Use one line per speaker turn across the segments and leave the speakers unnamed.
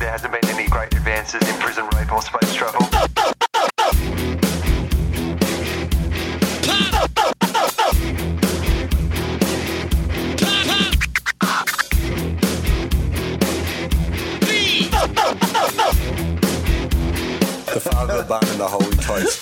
There hasn't been any great advances in prison rape or space travel.
The Father, the Bun, and the Holy Toast.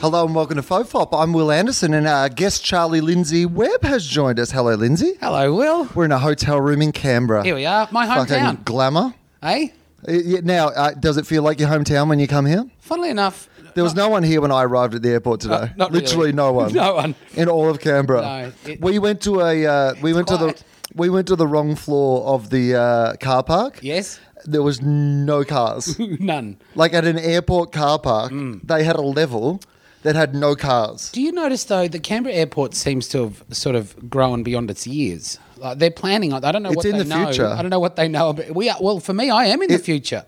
Hello and welcome to Fofop. I'm Will Anderson and our guest Charlie Lindsay Webb has joined us. Hello, Lindsay.
Hello, Will.
We're in a hotel room in Canberra.
Here we are, my
Fucking
hometown.
glamour.
hey,
Uh, yeah, Now, uh, does it feel like your hometown when you come here?
funnily enough,
There was no one here when I arrived at the airport today.
Not- not
Literally
really.
no one.
No one.
in all of Canberra.
No, it-
we went to a uh, we went to
quiet.
the we went to the wrong floor of the uh, car park.
yes,
There was no cars.
none.
like at an airport car park,
Mm.
they had a level that had no cars.
Do you notice though that Canberra Airport seems to have sort of grown beyond its years? Like they're planning. on- I don't know
It's
what
in
they
the
know.
future.
I don't know what they know. About, we are, well, for me, I am in the future.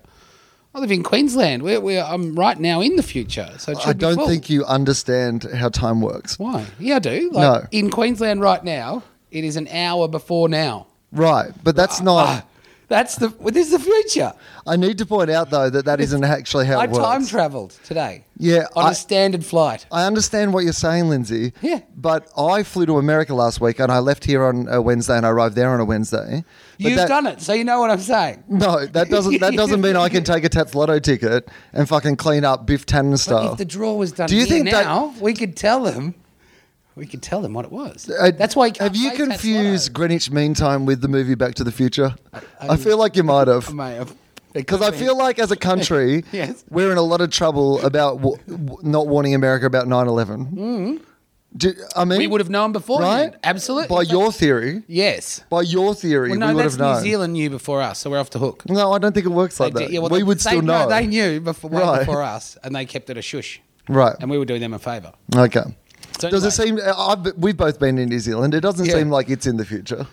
I live in Queensland. We're, we're, I'm right now in the future. So it should
I
be
don't
full.
think you understand how time works.
Why? Yeah, I do. Like,
No.
In Queensland right now, it is an hour before now.
Right, but
Ah,
that's not.
That's the. Well, this is the future.
I need to point out though that that isn't actually how
I
it works.
time travelled today.
Yeah,
on a
I-
standard flight.
I understand what you're saying, Lindsay.
Yeah.
But I flew to America last week and I left here on a Wednesday and I arrived there on a Wednesday. But
You've
that-
done it, so you know what I'm saying.
No, that doesn't. That doesn't mean I can take a Tats Lotto ticket and fucking clean up Biff Tannen
But
style.
if the draw was done
Do you
here
think that-
now, we could tell them. We could tell them what it was.
Uh,
That's why. You can't
have you
play Tats
confused
Lotto.
Greenwich Mean Time with the movie Back to the Future? I feel like you might have.
Mate, I've- it
Because
could
I
be.
feel like as a country,
Yes.
we're in a lot of trouble about w- w- not warning America about 9 11. Do, I mean,
Mm. we would have known before,
right?
Absolutely.
By
It's like-
your theory,
yes.
by your theory,
Well, no,
we would
that's
have
New
known.
Zealand knew before us, so we're off the hook.
No, I don't think it works like
They
that.
did- yeah, well,
we
they-
would
they-
still know.
No, they knew before, way
Right.
before us, and they kept it a shush,
Right.
and we were doing them a favour.
Okay.
So
Does it
anyway.
seem? I've, we've both been in New Zealand. It doesn't
Yeah.
seem like it's in the future.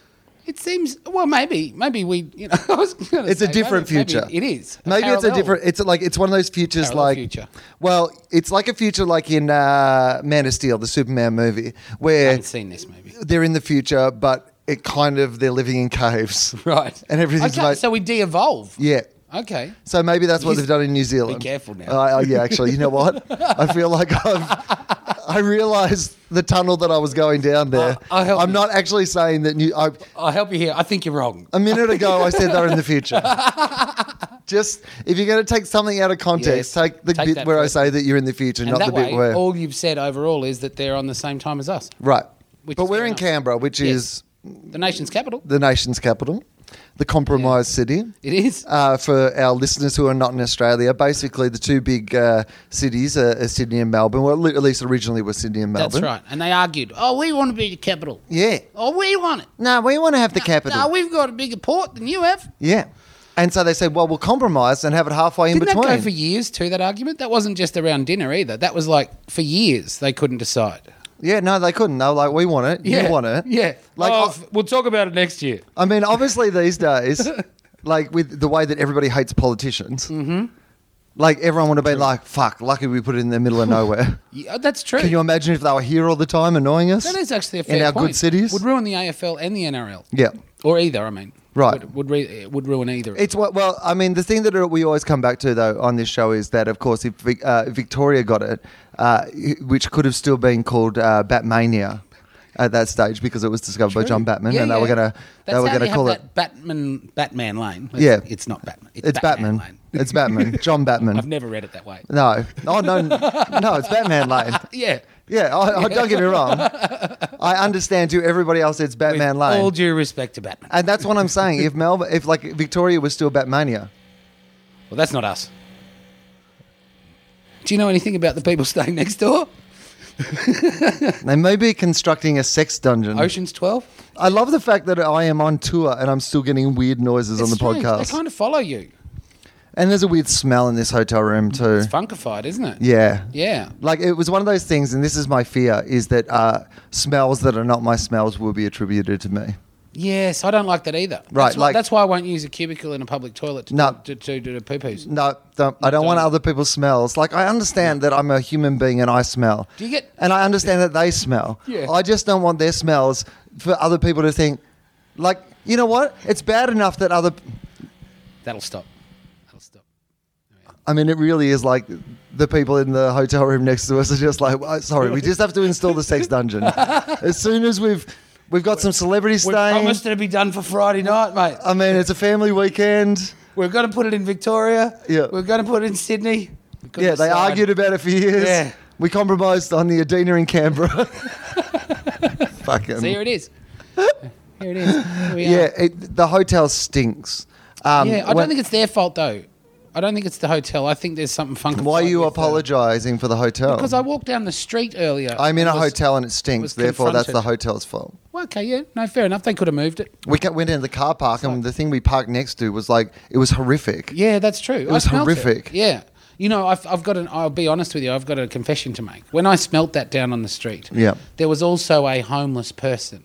It seems well, maybe, maybe we, you know, I was gonna
It's
say,
a different
maybe-
future.
Maybe it is.
Maybe it's a
parallel.
different. It's like it's one of those futures
Parallel
like.
future.
Well, it's like a future like in uh, Man of Steel, the Superman movie,
I
where
haven't seen this movie.
they're in the future, but it kind of they're living in caves,
Right.
And everything's
okay,
like
so we de-evolve.
yeah.
Okay.
So maybe that's what
You-
they've done in New Zealand.
careful now.
Uh, uh, yeah, actually, you know what? I feel like I've. I realised the tunnel that I was going down there.
I'll- I'll help
I'm
you.
not actually saying that new. I,
I'll help you here. I think you're wrong.
A minute ago, I said they're in the future. Just if you're going to take something out of context,
Yes.
take the
Take
bit
that
where
first.
I say that you're in the future,
And
not
that
the
way,
bit where.
all you've said overall is that they're on the same time as us.
right.
Which
But
is
we're
fair
in
enough.
Canberra, which
Yes.
is
The nation's capital.
the nation's capital, the compromised city.
It is.
Uh, for our listeners who are not in Australia, basically the two big uh, cities are, are Sydney and Melbourne. Well, at least originally were Sydney and Melbourne.
That's right. And they argued, oh, we want to be the capital.
Yeah.
Oh, we want it.
No, we want to have the capital.
No, we've got a bigger port than you have.
yeah. And so they said, well, we'll compromise and have it halfway in
Didn't
between.
that go for years too, that argument? That wasn't just around dinner either. That was like for years they couldn't decide.
Yeah, no, they couldn't. They were like, we want it. You want it.
Yeah. Oh.
Like,
Like,
I-
we'll talk about it next year.
I mean, obviously these days, like with the way that everybody hates politicians,
Mm-hmm.
like everyone would have been like, "Fuck, lucky we put it in the middle of nowhere."
Yeah, that's true.
Can you imagine if they were here all the time annoying us?
That is actually a fair
in our
point.
good cities.
Would ruin the AFL and the NRL.
Yeah.
Or either, I mean.
Right.
Would would, re- it would ruin either.
It's what. Well, I mean, the thing that we always come back to though on this show is that, of course, if Vic- uh, Victoria got it, uh, which could have still been called uh, Batmania. At that stage, because it was discovered by John Batman,
Yeah,
and they were
yeah.
gonna,
That's
they were
how
gonna
have
call it.
that Batman Batman Lane. It's,
Yeah.
it's not Batman. It's,
It's Batman.
Lane.
It's Batman. John Batman.
I've never read it that way.
No. Oh no. No, it's Batman Lane.
Yeah.
Yeah, I, I, don't get me wrong. I understand to everybody else it's
With
Batman Lane,
All due respect to Batman.
and that's what I'm saying. If Melbourne, if like Victoria was still Batmania,
well, that's not us. Do you know anything about the people staying next door?
They may be constructing a sex dungeon.
Ocean's 12.
I love the fact that I am on tour and I'm still getting weird noises on
It's
the
strange,
podcast.
They kind of follow you.
and there's a weird smell in this hotel room too.
It's funkified, isn't it?
Yeah.
Yeah.
Like it was one of those things, and this is my fear: is that uh, smells that are not my smells will be attributed to me.
Yes, I don't like that either.
Right,
That's why,
like-
that's why I won't use a cubicle in a public toilet to
No.
do, to, to do poo poos.
No, don't, I don't want
Don't.
other people's smells. Like I understand that I'm a human being and I smell.
Do you get-
And I understand that they smell.
Yeah.
I just don't want their smells for other people to think, like, you know what? It's bad enough that other.
That'll stop. That'll stop.
I mean, it really is like the people in the hotel room next to us are just like, "Well, sorry, we just have to install the sex dungeon. as soon as we've we've got some celebrities
We
staying.
promised it'd be done for Friday night, mate.
I mean, it's a family weekend.
We're going to put it in Victoria.
Yeah.
We're going to put it in Sydney. We couldn't
yeah, they
decide.
argued about it for years.
Yeah.
We compromised on the Adena in Canberra. Fucking.
So here it is. Here it is. Here we
yeah,
are.
it, the hotel stinks. Um,
yeah, I
when-
don't think it's their fault though. I don't think it's the hotel. I think there's something funky.
why are you apologising for the hotel?
uh, Because I walked down the street earlier.
I'm in a
and was-
hotel and it stinks.
was
Therefore, that's the
confronted.
hotel's fault.
Well, okay, yeah, no, fair enough. They could have moved it.
We ca- went into the car park and the thing we parked next to was like it was horrific.
Yeah, that's true. It
was horrific.
Yeah. You know, I've, I've got an, I'll be honest with you, I've got a confession to make. When I smelt that down on the street,
Yeah.
there was also a homeless person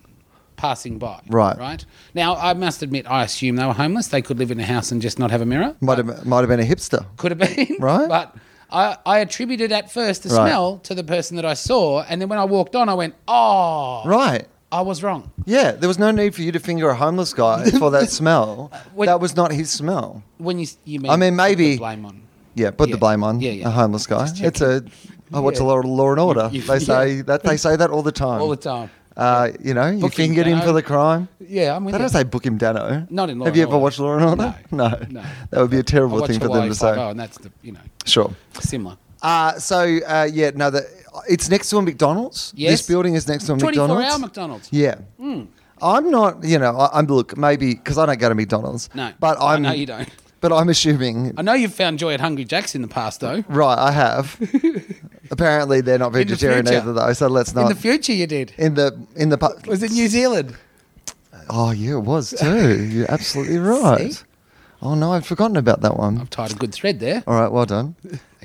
passing by.
Right.
Right. Now, I must admit, I assume they were homeless. They could live in a house and just not have a mirror.
Might have might have been a hipster.
Could have been.
Right.
But I, I attributed at first the
Right.
smell to the person that I saw. And then when I walked on, I went, oh,
Right.
I was wrong.
Yeah, there was no need for you to finger a homeless guy for that smell.
When-
that was not his smell.
When you, you mean,
I mean,
put the
maybe-
blame on.
Yeah, put
Yeah.
the blame on
Yeah, yeah.
a homeless guy.
Just
It's a I watch a lot of Law and Order.
you-
they say
yeah.
that they say that all the time.
All the time.
Uh, you know, you
Book him
fingered him
down.
for the crime.
Yeah, I'm with
They
you.
don't say book him Dano.
Not in Law
Have you
and
ever
Order.
watched Law and Order?
No.
no.
No.
That would be a
I
terrible
watched
thing for
Hawaii
them to say.
Five-O, and that's the, you know,
Sure.
similar.
Uh, so uh, yeah, no, the, it's next to a McDonald's.
Yes.
This building is next to a
24
McDonald's.
hour Hmm. McDonald's.
Yeah. I'm not, you know, I, I'm look maybe because I don't go to McDonald's.
No.
but
I
I'm.
know you don't.
But I'm assuming.
I know you've found joy at Hungry Jack's in the past, though.
Right, I have. Apparently, they're not
In the
vegetarian
future.
either, though. So let's
In
not.
the future, you did.
in the in the pu-
Was it New Zealand?
Oh yeah, it was too. You're absolutely right.
See?
Oh no, I'd forgotten about that one.
I've tied a good thread there.
All right, well done.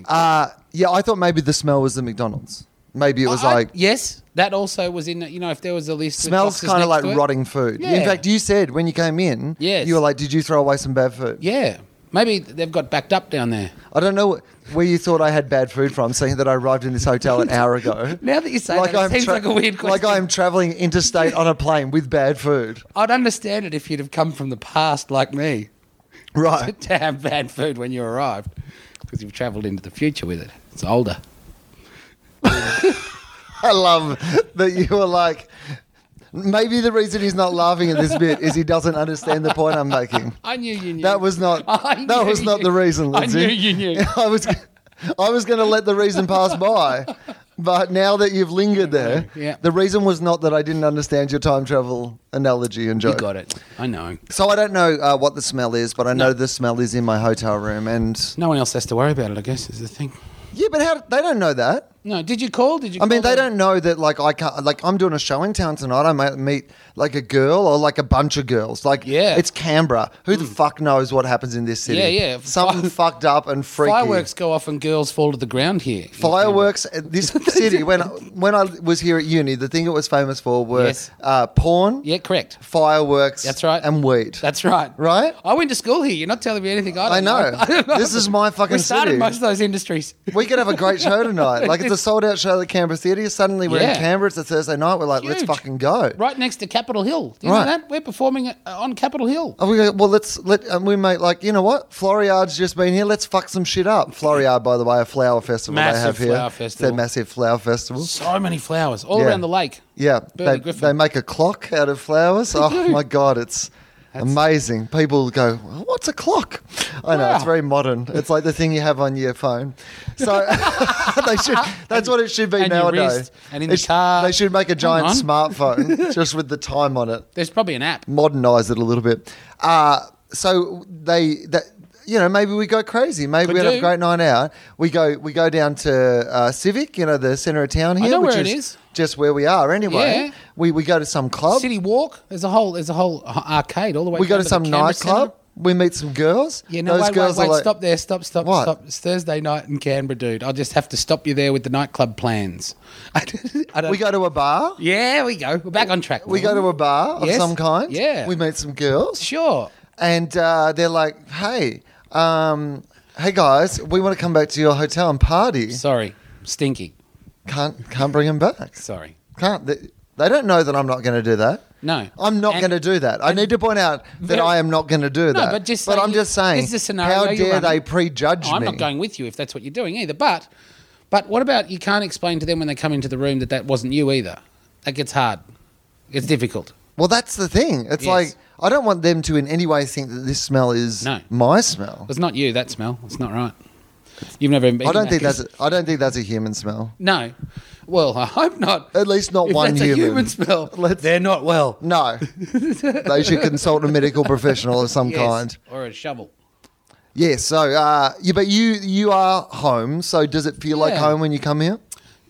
Uh, yeah, I thought maybe the smell was the McDonald's. Maybe it was
I-
like
yes, that also was in. You know, if there was a list, with
smells
boxes
kind of
next
like
to it.
rotting food. In
Yeah.
fact, you said when you came in,
Yes.
you were like, "Did you throw away some bad food?"
Yeah, maybe they've got backed up down there.
I don't know wh- where you thought I had bad food from, seeing that I arrived in this hotel an hour ago.
Now that you say that, it seems like a weird
Like
question.
I'm traveling interstate on a plane with bad food.
I'd understand it if you'd have come from the past like me
Right.
to have bad food when you arrived, because you've travelled into the future with it. It's older.
I love that you were like, maybe the reason he's not laughing at this bit is he doesn't understand the point I'm making.
I knew you knew.
That was not.
I
That was
knew
not
you-
the reason,
I
Lindsay.
knew you knew.
I was. I was going to let the reason pass by, but now that you've lingered there,
Yeah.
the reason was not that I didn't understand your time travel analogy and
You
joke.
got it. I know.
So I don't know uh, what the smell is, but I know the smell is in my hotel room, and
No one else has to worry about it, I guess, is the thing.
yeah, but how they don't know that.
No, did you call? Did you?
I mean,
call
they
them?
don't know that. Like, I can't. Like, I'm doing a show in town tonight. I might meet like a girl or like a bunch of girls. Like,
Yeah. Mm.
it's Canberra. Who the fuck knows what happens in this city?
Yeah, yeah.
Something fucked up and freaky.
Fireworks go off and girls fall to the ground here.
Fireworks. at This city. When I- when I was here at uni, the thing it was famous for were
Yes.
uh, porn,
Yeah, correct.
fireworks.
That's right.
And weed.
That's right.
Right?
I went to school here. You're not telling me anything. I, don't
I know.
don't
This is my fucking
We started
city.
most of those industries.
we could have a great show tonight. Like it's a sold out show at the Canberra Theatre. Suddenly we're in
Yeah.
Canberra. It's a Thursday night. We're like, let's
Huge.
fucking go.
Right next to Capitol Hill. Do you
Right.
know that? We're performing uh, on Capitol Hill.
Oh, we go, well, let's let and we make like you know what? Floriard's just been here. Let's fuck some shit up. Floriard, by the way, a flower festival they
Massive
have here.
flower
It's
festival.
their massive flower festival.
So many flowers all
Yeah.
around the lake.
Yeah,
Burley
they,
Griffin.
they make a clock out of flowers. oh
do.
my god, it's amazing. People go, "Well, "What's a clock?" I know it's
Wow.
very modern. It's like the thing you have on your phone. So they should. That's what it should be
and your
nowadays.
wrist, and in
It
the car.
they should make a giant
on.
smartphone just with the time on it
There's probably an app.
modernize it a little bit. Uh, so they that you know, maybe we go crazy. Maybe
Could
we had a
do.
great night out. We go we go down to uh, Civic, you know, the centre of town here,
know
which
where it
is
is.
just where we are anyway.
Yeah.
We we go to some club.
City Walk. There's a whole there's a whole h- arcade all the way.
we go
down
to some
the Canberra
nightclub.
Centre.
We meet some girls.
Yeah, no,
Those
wait,
girls
wait, wait,
are like,
stop there, stop, stop,
What?
stop. It's Thursday night in Canberra, dude. I'll just have to stop you there with the nightclub plans. I don't, I don't-
We go to a bar.
Yeah, we go. We're back on track.
We go to a bar of
Yes.
some kind.
Yeah.
We meet some girls.
Sure.
and uh, they're like, "Hey, um, hey guys, we want to come back to your hotel and party.
Sorry, stinky.
Can't can't bring them back.
Sorry.
Can't they, they don't know that I'm not going to do that.
No.
I'm not
And-
going to do that. I need to point out that
Very-
I am not going to do that.
but just
but
say
I'm
you-
just saying,
this is a scenario
how
you're
dare they
running.
prejudge
I'm
me?
not going with you if that's what you're doing either. But, but what about you can't explain to them when they come into the room that that wasn't you either? That gets hard. It's difficult.
Well, that's the thing. It's
Yes.
like I don't want them to in any way think that this smell is
No.
my smell.
It's not you. That smell. It's not right. You've never been.
I don't think
that.
that's a, I don't think that's a human smell.
No. Well, I hope not.
At least not
If
one
that's
human.
A human smell.
Let's-
They're not well.
No, they should consult a medical professional of some
Yes.
kind.
Or a shovel.
Yeah, so uh, yeah, but you you are home. So does it feel like
Yeah.
home when you come here?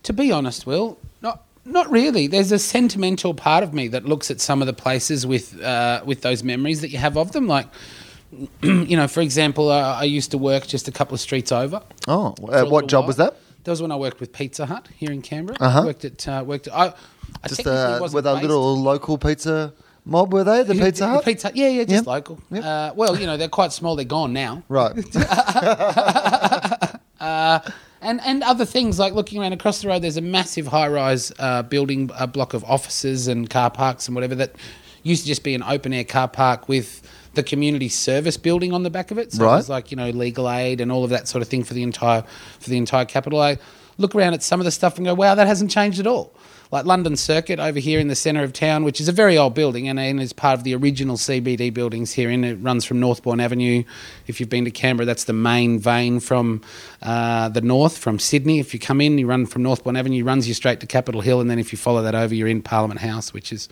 To be honest, Will, not not really. There's a sentimental part of me that looks at some of the places with uh, with those memories that you have of them. Like, you know, for example, uh, I used to work just a couple of streets over.
Oh,
for
uh,
a
what
little
job was
while.
that?
That was when I worked with Pizza Hut here in Canberra.
Uh-huh.
Worked at uh, worked. At, I, I
Just
technically
uh,
wasn't
with a
based-
little local pizza mob, were they the
Yeah,
Pizza Hut?
Pizza Hut. Yeah, yeah, just
Yeah.
local.
Yep.
Uh, well, you know, they're quite small. They're gone now.
Right.
and and other things like looking around across the road. There's a massive high-rise uh, building, a block of offices and car parks and whatever that used to just be an open-air car park with the community service building on the back of it. So it was
Right.
like you know legal aid and all of that sort of thing for the entire for the entire capital. I look around at some of the stuff and go, wow, that hasn't changed at all. Like London Circuit over here in the centre of town, which is a very old building and, and is part of the original CBD buildings here. In it runs from Northbourne Avenue. If you've been to Canberra, that's the main vein from uh, the north, from Sydney. If you come in, you run from Northbourne Avenue, runs you straight to Capitol Hill, and then if you follow that over, you're in Parliament House, which is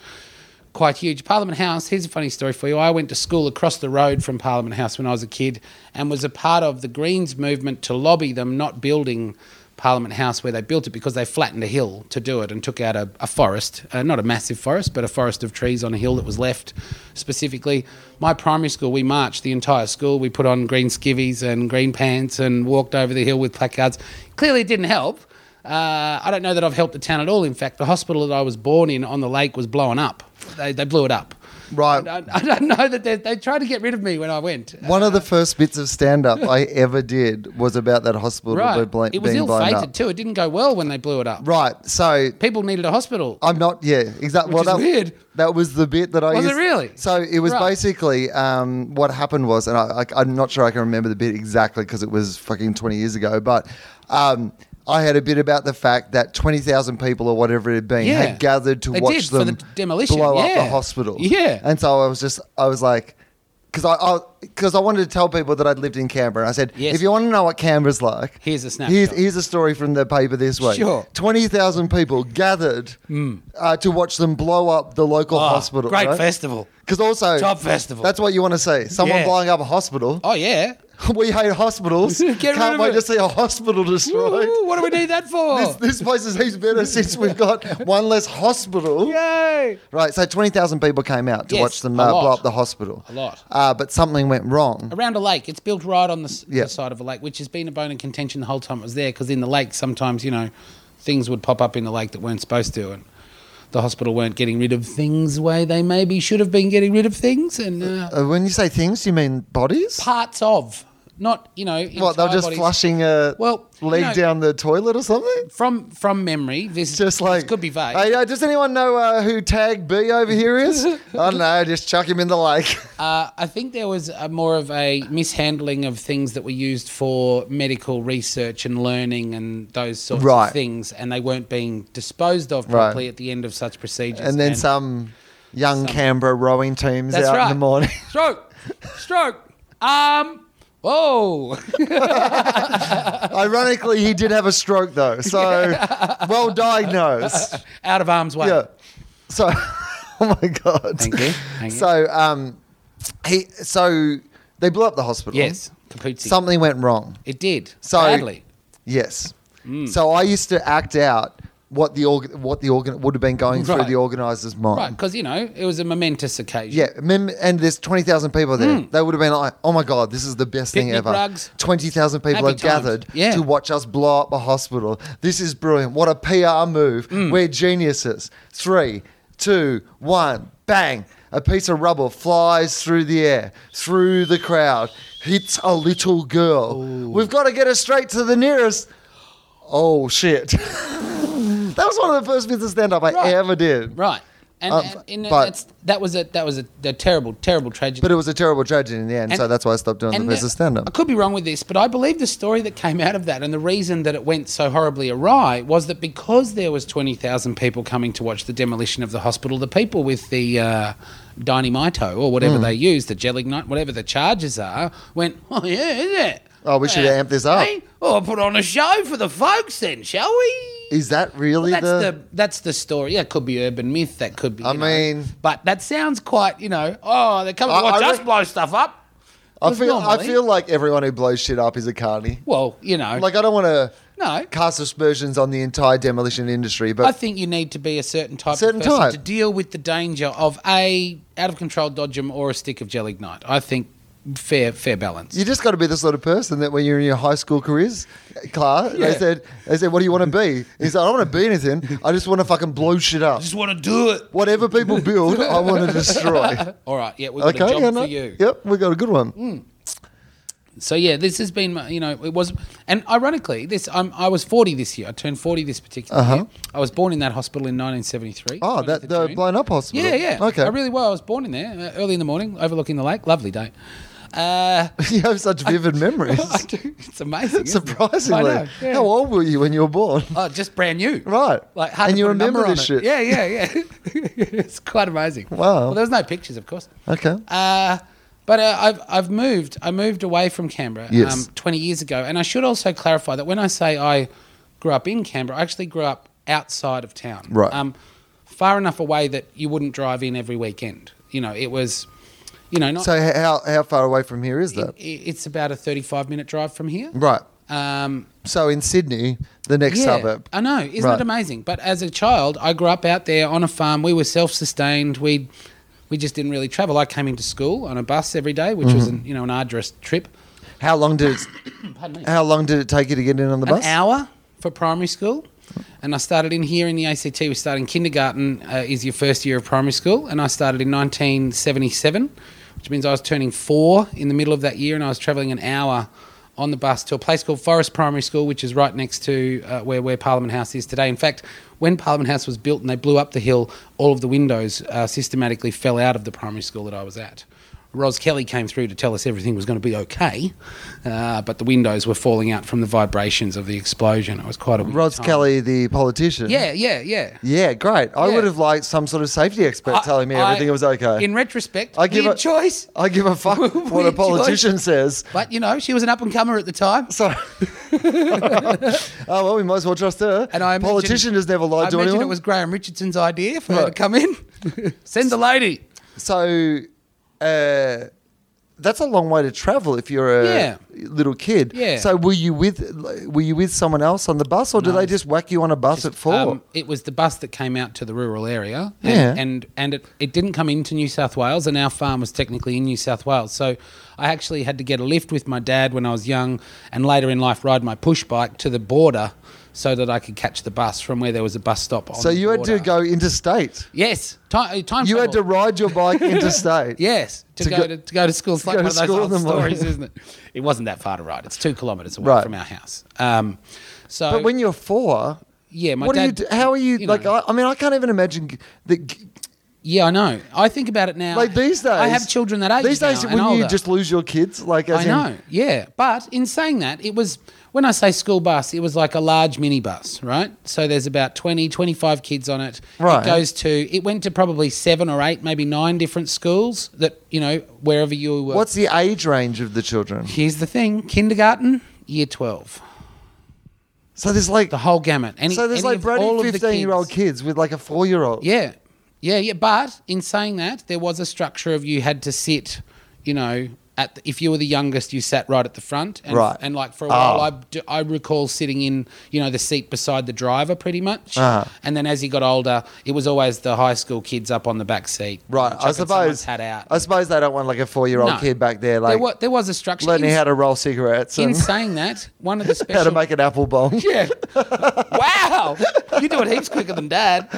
quite huge. Parliament House, here's a funny story for you. I went to school across the road from Parliament House when I was a kid and was a part of the Greens movement to lobby them not building Parliament House where they built it because they flattened a hill to do it and took out a, a forest, uh, not a massive forest, but a forest of trees on a hill that was left specifically. My primary school, we marched the entire school. We put on green skivvies and green pants and walked over the hill with placards. Clearly, it didn't help. Uh, I don't know that I've helped the town at all. In fact, the hospital that I was born in on the lake was blown up. They, they blew it up.
Right.
I, I don't know that they, they tried to get rid of me when I went.
One of the first bits of stand up I ever did was about that hospital be-
Right.
bl-
it was
being
ill
blown
fated
up.
too. It didn't go well when they blew it up.
Right. Oh, So
People needed a hospital.
I'm not. Yeah, exactly.
Which
well,
is
that,
weird.
That was the bit that I
Was it
used-
really?
So it was
Right.
basically um, what happened was, and I, I, I'm not sure I can remember the bit exactly because it was fucking 20 years ago, but. Um, I had a bit about the fact that 20,000 people or whatever it had been
Yeah.
had gathered to
They
watch
did for
them
the demolition,
blow up the
yeah.
hospital.
Yeah.
And so I was just, I was like, because I, because I wanted to tell people that I'd lived in Canberra. I said,
Yes.
if you want to know what Canberra's like,
Here's a
Here's,
snapshot.
here's a story from the paper this way.
Sure.
20,000 people gathered uh, to watch them blow up the local
Oh,
hospital.
Great festival.
Because also,
Job festival.
That's what you want to see. Someone
Yeah.
blowing up a hospital.
Oh, yeah.
We hate hospitals.
Get rid
Can't
of
wait
it.
to see a hospital destroyed.
Woo, what do we need that for?
This, this place is heaps better since we've got one less hospital.
Yay.
Right, so 20,000 people came out to
Yes,
watch them
a
uh,
lot.
blow up the hospital.
A lot.
Uh, but something went wrong.
around a lake. It's built right on the, s
Yeah.
the side of a lake, which has been a bone of contention the whole time it was there. Because in the lake, sometimes you know, things would pop up in the lake that weren't supposed to, and the hospital weren't getting rid of things the way they maybe should have been getting rid of things, and uh,
Uh, when you say things, you mean bodies?
parts of, not you know,
What, they're
entire
just
bodies.
flushing a
Well, you
leg
know-
down the toilet or something?
from from memory. This
Just like
this could be vague.
Hey, uh, does anyone know uh, who Tag B over here is? I don't know. Just chuck him in the lake.
Uh, I think there was a more of a mishandling of things that were used for medical research and learning and those sorts
Right.
of things, and they weren't being disposed of
Right.
properly at the end of such procedures.
and then some young Canberra rowing teams
That's
out
right.
in the morning.
Stroke, stroke. Um. Whoa.
Ironically, he did have a stroke though, so well diagnosed.
Out of harm's way.
Yeah. So, oh my god.
Thank you. Thank you.
So, um, he so they blew up the hospital.
Yes. Capuzzi.
Something went wrong.
it did.
So-
Sadly.
Yes.
Hmm.
So I used to act out what the org- what the organ would have been going through
Right.
the organizer's mind.
Right, because, you know, it was a momentous occasion.
Yeah, mem- and there's 20,000 people there. They would have been like, oh my God, this is the best thing
Hmm. Picnic
ever.
rugs.
20,000 people
Happy
have
times.
gathered
Yeah.
to watch us blow up a hospital. This is brilliant. What a PR move.
Hmm.
We're geniuses. Three, two, one, bang. A piece of rubble flies through the air, through the crowd, hits a little girl. We've got to get her straight to the nearest. Oh, shit. that was one of the first bits of stand up I
Right.
ever did.
Right. And,
Um,
and- and
but-
that's, that was a that was a, a terrible, terrible tragedy.
But it was a terrible tragedy in the end,
And-
so that's why I stopped doing the
And,
best
uh,
of stand
I
up.
could be wrong with this, but I believe the story that came out of that and the reason that it went so horribly awry was that because there was 20,000 people coming to watch the demolition of the hospital, the people with the uh, dynamito or
Hmm.
whatever they use, the gel ignite, whatever the charges are, went, oh, yeah, is it?
Oh, we should
Uh,
amp this up."
eh? Oh, I'll put on a show for the folks then, shall we?
Is that really
That's
the,
the, that's the story. Yeah, it could be urban myth. That could be.
I
you know.
mean-
but that sounds quite. You know, oh, they're coming to
I-
watch
I
us
re-
blow stuff up.
I
Was
feel I
normally-
feel like everyone who blows shit up is a carny.
Well, you know,
Like I don't want to
No.
cast aspersions on the entire demolition industry, but
I think you need to be a certain type
Certain
of person
type.
to deal with the danger of a out of control dodgem or a stick of gel ignite. I think fair fair balance.
you just got to be the sort of person that when you're in your high school careers class, they
Yeah. said-
said they said, "What do you want to be?" He said, "I don't want to be anything. I just want to fucking blow shit up.
just want to do it.
Whatever people build, I want to destroy."
All right, yeah, we've got
Okay,
a job
yeah,
for
no-
you. Hmm.
Yep, we got a good one.
So yeah, this has been my- you know it was and ironically this I'm, I was 40 this year. I turned 40 this particular year. I was born in that hospital in 1973.
Uh-huh. Oh,
20th
that
of
the
June.
blown up hospital.
Yeah, yeah.
Okay,
I really well. I was born in there uh, early in the morning, overlooking the lake. Lovely day. Uh,
you have such vivid memories.
I do. It's amazing. isn't it?
Surprisingly,
I know, yeah.
how old were you when you were born?
Oh, just brand new.
Right.
Like, hard
And
to
you
put a number
remember
on
this
it.
shit.
Yeah, yeah, yeah. it's quite amazing.
Wow.
Well, there was no pictures, of course.
Okay.
Uh, but uh, I've, I've moved. I moved away from Canberra
Yes.
20 years ago. And I should also clarify that when I say I grew up in Canberra, I actually grew up outside of town.
Right.
Um, far enough away that you wouldn't drive in every weekend. You know, it was, you know, not.
So h- how how far away from here is
it,
that?
it's about a 35 minute drive from here.
right.
Um,
So in Sydney, the next suburb.
I know. Isn't
Right.
it amazing? But as a child, I grew up out there on a farm. We were self-sustained. We we just didn't really travel. I came into school on a bus every day, which was
Mm-hmm.
an, you know an arduous trip.
How long did it,
Hmm, Pardon me.
how long did it take you to get in on the
An
bus?
hour for primary school. And I started in here in the ACT. We started in kindergarten uh, is your first year of primary school, and I started in 1977, which means I was turning four in the middle of that year, and I was travelling an hour on the bus to a place called Forest Primary School, which is right next to uh, where where Parliament House is today. In fact, when Parliament House was built and they blew up the hill, all of the windows uh, systematically fell out of the primary school that I was at. Ros Kelly came through to tell us everything was going to be okay, uh, but the windows were falling out from the vibrations of the explosion. It was quite a weird
Rod
time.
Kelly, the politician.
Yeah, yeah, yeah.
Yeah, great. I
Yeah.
would have liked some sort of safety expert
I-
telling me
I-
everything was okay.
In retrospect,
I give
weird
a-
choice.
I give a fuck what a
Weird choice.
politician says.
But you know, she was an up and comer at the time.
So, oh well, we might as well trust her.
And I imagine-
politician has never lied
I
to
imagine
anyone.
it was Graham Richardson's idea for her to
Right.
come in. Send the lady.
So uh, that's a long way to travel if you're a
Yeah.
little kid.
Yeah.
So were you with were you with someone else on the bus, or did they just whack you on a bus at four?
Um, it was the bus that came out to the rural area, and
Yeah.
and, and it, it didn't come into New South Wales, and our farm was technically in New South Wales. So I actually had to get a lift with my dad when I was young, and later in life ride my push bike to the border so that I could catch the bus from where there was a bus stop. On
so
the
you had to
border.
go interstate.
Yes, time. time
You had to
travel.
ride your bike interstate.
Yes, to,
to
go,
go-
to, to go to school. It's like
go
one
to
of
school
those
in
old
the morning.
stories, isn't it? It wasn't that far to ride. It's two kilometres away
Right.
from our house. Um, so,
But when you're four,
yeah, my
what
dad.
do you? do- How are you?
you
like,
know.
I, I mean, I can't even imagine g- that. g-
Yeah, I know. I think about it now.
Like these days,
I have children that age.
These days,
now and
wouldn't you
older.
just lose your kids? Like, as
I
in-
know. Yeah, but in saying that, it was when I say school bus, it was like a large minibus, right? So there's about 20, 25 kids on it.
Right.
It goes to. It went to probably seven or eight, maybe nine different schools that you know wherever you were.
What's the age range of the children?
Here's the thing: kindergarten, year twelve,
So there's like,
the whole gamut. Any,
so there's
any
like
of- all of
bratty
the
fifteen-year-old kids with like a four-year-old.
Yeah, yeah, yeah. But in saying that, there was a structure of you had to sit, you know, at the, if you were the youngest, you sat right at the front, and,
Right. Oh.
And like for a while, I d I I, recall sitting in you know the seat beside the driver, pretty much.
Uh-huh.
And then as he got older, it was always the high school kids up on the back seat,
Right, I
chucking someone's
suppose.
hat out.
I suppose they don't want like a four-year-old
No.
kid back there, like
there, was, there was a structure.
learning
In-
how to roll cigarettes
in
and
saying that, one of the
how
special
to make an apple bong.
yeah. wow. You do it heaps quicker than dad.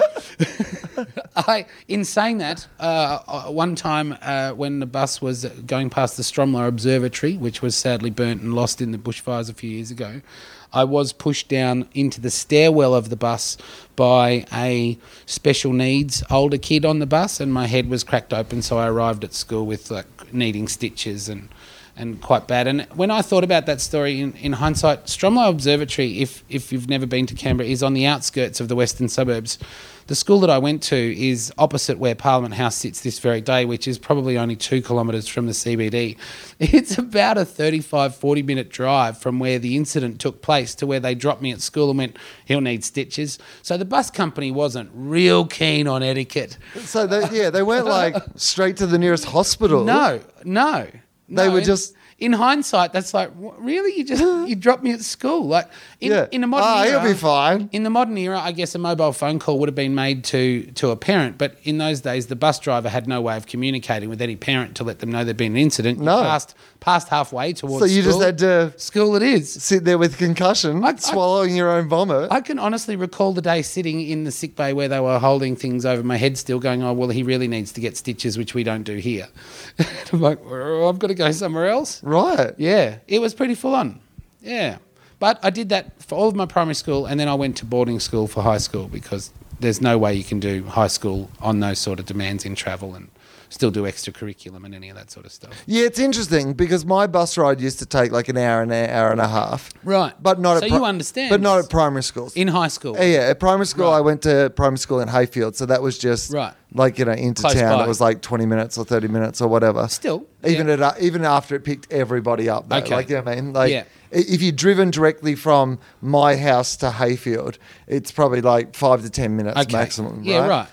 I, in saying that, uh, uh, one time uh, when the bus was going past the Stromlo Observatory, which was sadly burnt and lost in the bushfires a few years ago, I was pushed down into the stairwell of the bus by a special needs older kid on the bus, and my head was cracked open. So I arrived at school with like needing stitches and and quite bad. And when I thought about that story in, in hindsight, Stromlo Observatory, if if you've never been to Canberra, is on the outskirts of the western suburbs. The school that I went to is opposite where Parliament House sits this very day, which is probably only two kilometres from the CBD. It's about a 35, 40 minute drive from where the incident took place to where they dropped me at school and went, he'll need stitches. So the bus company wasn't real keen on etiquette.
So they, yeah, they went like straight to the nearest hospital.
No, no.
They
no.
were
In-
just-
In hindsight, that's like "Wha- really you just you dropped me at school. Like in,
Yeah.
in a modern
Ah,
era,
he'll be fine.
In the modern era, I guess a mobile phone call would have been made to to a parent, but in those days, the bus driver had no way of communicating with any parent to let them know there'd been an incident. You
No.
passed passed halfway towards.
So you just
school.
had to
school. It is.
sit there with concussion,
I- I-
swallowing your own vomit.
I can honestly recall the day sitting in the sick bay where they were holding things over my head, still going, "Oh well, he really needs to get stitches, which we don't do here." I'm like, "Oh, "I've got to go somewhere else."
right.
Yeah, it was pretty full on. Yeah. But I did that for all of my primary school and then I went to boarding school for high school because there's no way you can do high school on those sort of demands in travel and still do extracurriculum and any of that sort of stuff.
Yeah, it's interesting because my bus ride used to take like an hour and an hour and a half.
Right.
But not
So
at
you understand
But not
this.
at primary schools.
In high school.
Uh, yeah, at primary school
Right.
I went to primary school in Hayfield, so that was just
Right.
like you know into
Close
town.
by.
It was like twenty minutes or thirty minutes or whatever.
Still,
even
yeah.
at, uh, even after it picked everybody up, though.
Okay.
like you know what I mean, like
Yeah.
i- if you're driven directly from my house to Hayfield, it's probably like five to ten minutes
Okay.
maximum.
Yeah,
right.
right,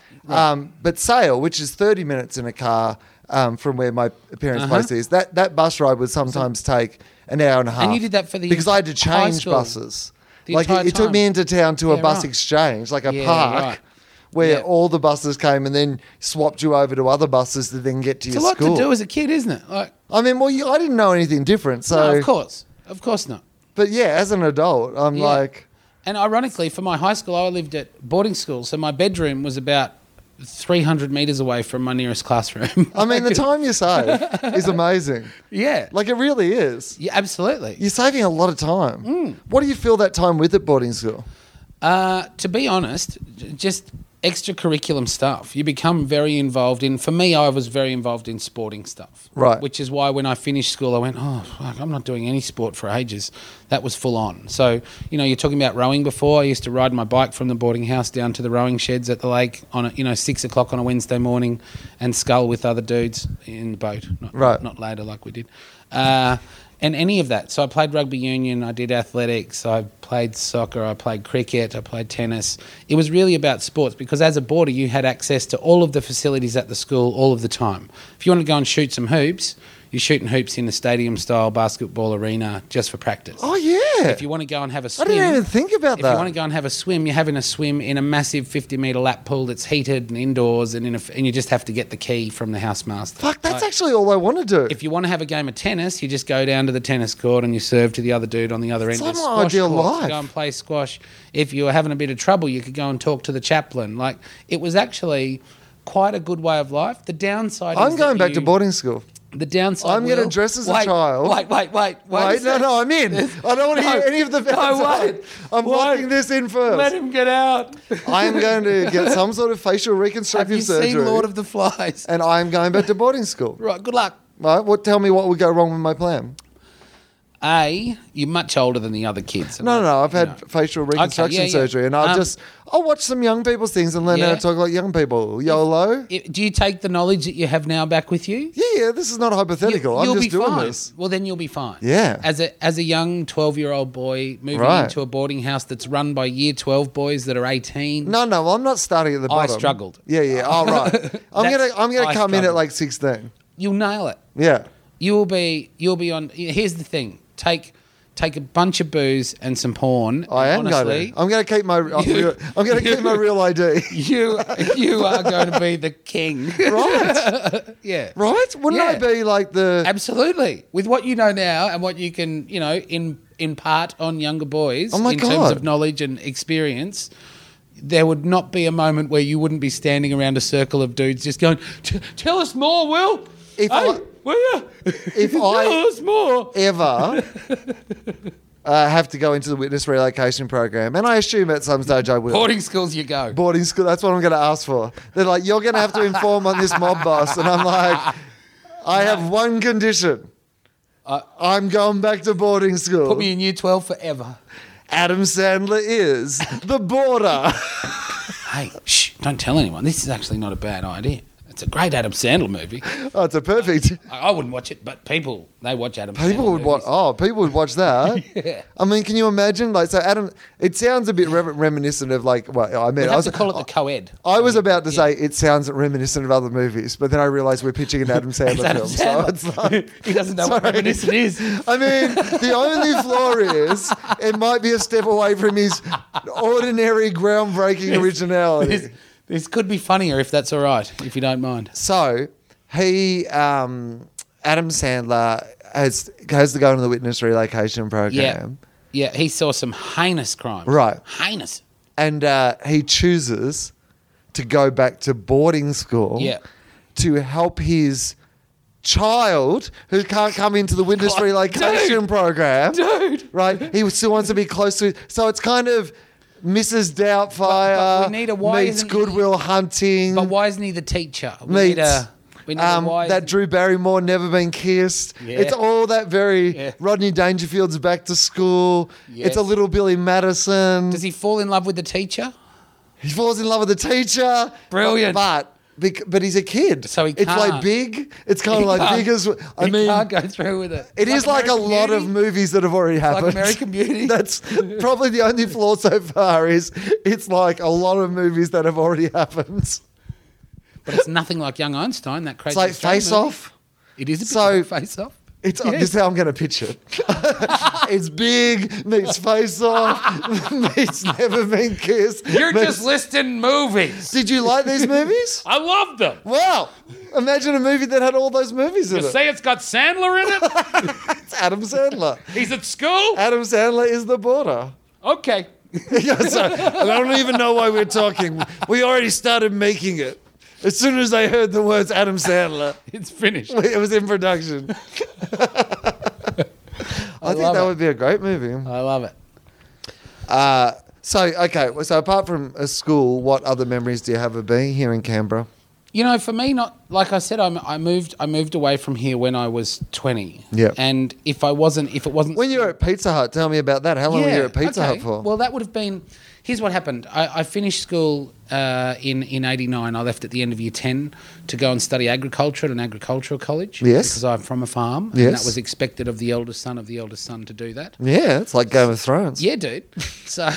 Um, but Sale, which is thirty minutes in a car um, from where my parents'
Uh-huh.
place is, that that bus ride would sometimes take an hour and a half.
you did that for the
because I had to
high
change
school
buses.
the
like
entire
it, it took me
time?
into town to a
Yeah,
bus
right.
exchange, like a
Yeah,
park,
right.
where
Yeah.
all the buses came and then swapped you over to other buses to then get to
It's a
your
lot
school.
to do as a kid, isn't it? Like,
I mean, well, you, I didn't know anything different, so.
no, of course. Of course not.
But yeah, as an adult, I'm
Yeah.
like,
And ironically, for my high school, I lived at boarding school, so my bedroom was about 300 meters away from my nearest classroom.
I mean, the time you save is amazing.
yeah.
Like it really is.
yeah, absolutely.
You're saving a lot of time.
Mm.
What do you fill that time with at boarding school?
Uh, to be honest, j- just extracurriculum stuff. You become very involved in. For me, I was very involved in sporting stuff.
Right.
Which is why when I finished school, I went, oh, fuck, I'm not doing any sport for ages. That was full on. So, you know, you're talking about rowing before. I used to ride my bike from the boarding house down to the rowing sheds at the lake on, a, you know, six o'clock on a Wednesday morning and scull with other dudes in the boat. Not,
Right.
Not later like we did. Uh, and any of that. So I played rugby union, I did athletics, I played soccer, I played cricket, I played tennis. It was really about sports because as a boarder, you had access to all of the facilities at the school all of the time. If you wanted to go and shoot some hoops, you're shooting hoops in a stadium style basketball arena just for practice.
Oh, yeah.
If you want to go and have a
I
swim,
didn't even think about
if
that.
you want to go and have a swim, you're having a swim in a massive 50 meter lap pool that's heated and indoors, and in a f and you just have to get the key from the housemaster.
Fuck, that's
Like-
actually all I want to do.
if you want to have a game of tennis, you just go down to the tennis court and you serve to the other dude on the other end.
like
There's
my
squash
ideal
courts,
life.
Go and play squash. If you were having a bit of trouble, you could go and talk to the chaplain. Like it was actually quite a good way of life. The downside.
I'm
is
going
that
back to
you-
boarding school.
The downside.
I'm gonna
Will-
dress as a
Wait,
child.
Wait, wait, wait, wait. a
Wait, no,
sec.
no, I'm in. I don't want to
No,
hear any of the
no,
outside.
wait.
I'm
Wait.
locking this in first.
Let him get out.
I am going to get some sort of facial reconstructive
Have you
surgery.
seen Lord of the Flies?
and I am going back to boarding school.
Right. Good luck.
Right? What? Tell me what would go wrong with my plan.
A, you're much older than the other kids.
No, no, no. I've had facial reconstruction
yeah, yeah.
surgery, and I'll
Um,
just I'll watch some young people's things and learn how
Yeah.
to talk like young people. YOLO.
I- Do you take the knowledge that you have now back with you?
yeah, yeah. This is not hypothetical. I'm
will
just
be
doing
fine.
this.
Well, then you'll be fine.
Yeah.
As a as a young twelve year old boy moving
Right.
into a boarding house that's run by year twelve boys that are eighteen.
No, no. I'm not starting at the
I
bottom.
struggled.
Yeah, yeah. All right. I'm
That's-
gonna I'm gonna
I
come in at
struggled.
like 16.
You'll nail it.
Yeah.
you'll be you'll be on. Here's the thing: take take a bunch of booze and some porn.
I am
and honestly,
going to. I'm going to keep my. I'm going to keep my real ID.
you you are going to be the king,
right,
yeah,
right. Wouldn't I
Yeah.
be like the?
Absolutely. With what you know now and what you can, you know, in impart on younger boys
Oh my
in terms
God.
of knowledge and experience, there would not be a moment where you wouldn't be standing around a circle of dudes just going, "T- "Tell us more, Will."
If
hey,
I-
will you?
if
tell
I-
us more.
ever uh, have to go into the witness relocation program, and I assume at some stage I will.
Boarding schools, you go.
boarding school. That's what I'm going to ask for. They're like, you're going to have to inform on this mob boss, and I'm like, I have one condition. I'm going back to boarding school.
Put me in year twelve forever.
Adam Sandler is the border.
Hey, shh! Don't tell anyone. This is actually not a bad idea. It's a great Adam Sandler movie.
oh, it's a perfect.
I, I wouldn't watch it, but people they watch Adam.
People
Sandler
would watch.
movies.
Oh, people would watch that. I mean, can you imagine? Like, so Adam. It sounds a bit re- reminiscent of like. Well, I mean,
We'd
I
have
was,
to call it the co-ed.
I was about to say it sounds reminiscent of other movies, but then I realised we're pitching an Adam Sandler
It's Adam
film, so
Sandler.
it's like.
he doesn't know what reminiscent is.
I mean, the only flaw is it might be a step away from his ordinary groundbreaking
This,
originality.
this could be funnier if that's all right, if you don't mind.
So he, um, Adam Sandler, has has to go into the witness relocation program,
Yeah. Yeah, he saw some heinous crimes.
Right.
Heinous.
and uh, he chooses to go back to boarding school
Yeah.
to help his child who can't come into the witness relocation program.
dude.
Right? He still wants to be close to. So it's kind of Mrs. Doubtfire
but we need a why
meets
isn't-
Goodwill Hunting.
But why isn't he the teacher? We
Meets,
need a. We need a
um,
wise-
that Drew Barrymore never been kissed.
Yeah.
It's all that very
Yeah.
Rodney Dangerfield's back to school. It's a
Yes.
little Billy Madison.
Does he fall in love with the teacher?
He falls in love with the teacher.
Brilliant.
But bec- but he's a kid.
So he
It's like
can't.
big. It's kind
He
of like
can't-
big as I
he
mean
can't go through with it.
it is like a
American
lot of
Beauty.
movies that have already
like
happened.
American Beauty.
That's probably the only flaw so far is it's like a lot of movies that have already happened.
But it's nothing like Young Einstein. That crazy.
It's like
Australian
Face
movie.
Off.
It is a bit
So-
like Face Off.
It's
Yes.
this is how I'm going to pitch it. it's big meets Face Off meets Never Been Kissed.
You're
meets-
just listing movies.
Did you like these movies?
I love them.
Wow! Imagine a movie that had all those movies in
You
it.
say it's got Sandler in it.
It's Adam Sandler.
He's at school.
Adam Sandler is the border.
Okay.
Yeah, sorry. I don't even know why we're talking. We already started making it. As soon as I heard the words Adam Sandler,
It's finished.
it was in production. I, think
love
that
it.
would be a great movie.
I love it.
Uh, so, okay, well, so apart from a school, what other memories do you have of being here in Canberra?
You know, for me, not like I said, I'm, I moved. I moved away from here when I was 20.
Yeah.
And if I wasn't, if it wasn't
When you were at Pizza Hut, tell me about that. How long were you
Yeah,
at Pizza
okay.
Hut for?
Well, that would have been. Here's what happened. I, I finished school uh, in in '89. I left at the end of year ten to go and study agriculture at an agricultural college.
Yes.
because I'm from a farm. and
Yes.
that was expected of the eldest son of the eldest son to do that.
yeah, it's like Game of Thrones.
Yeah, dude. So,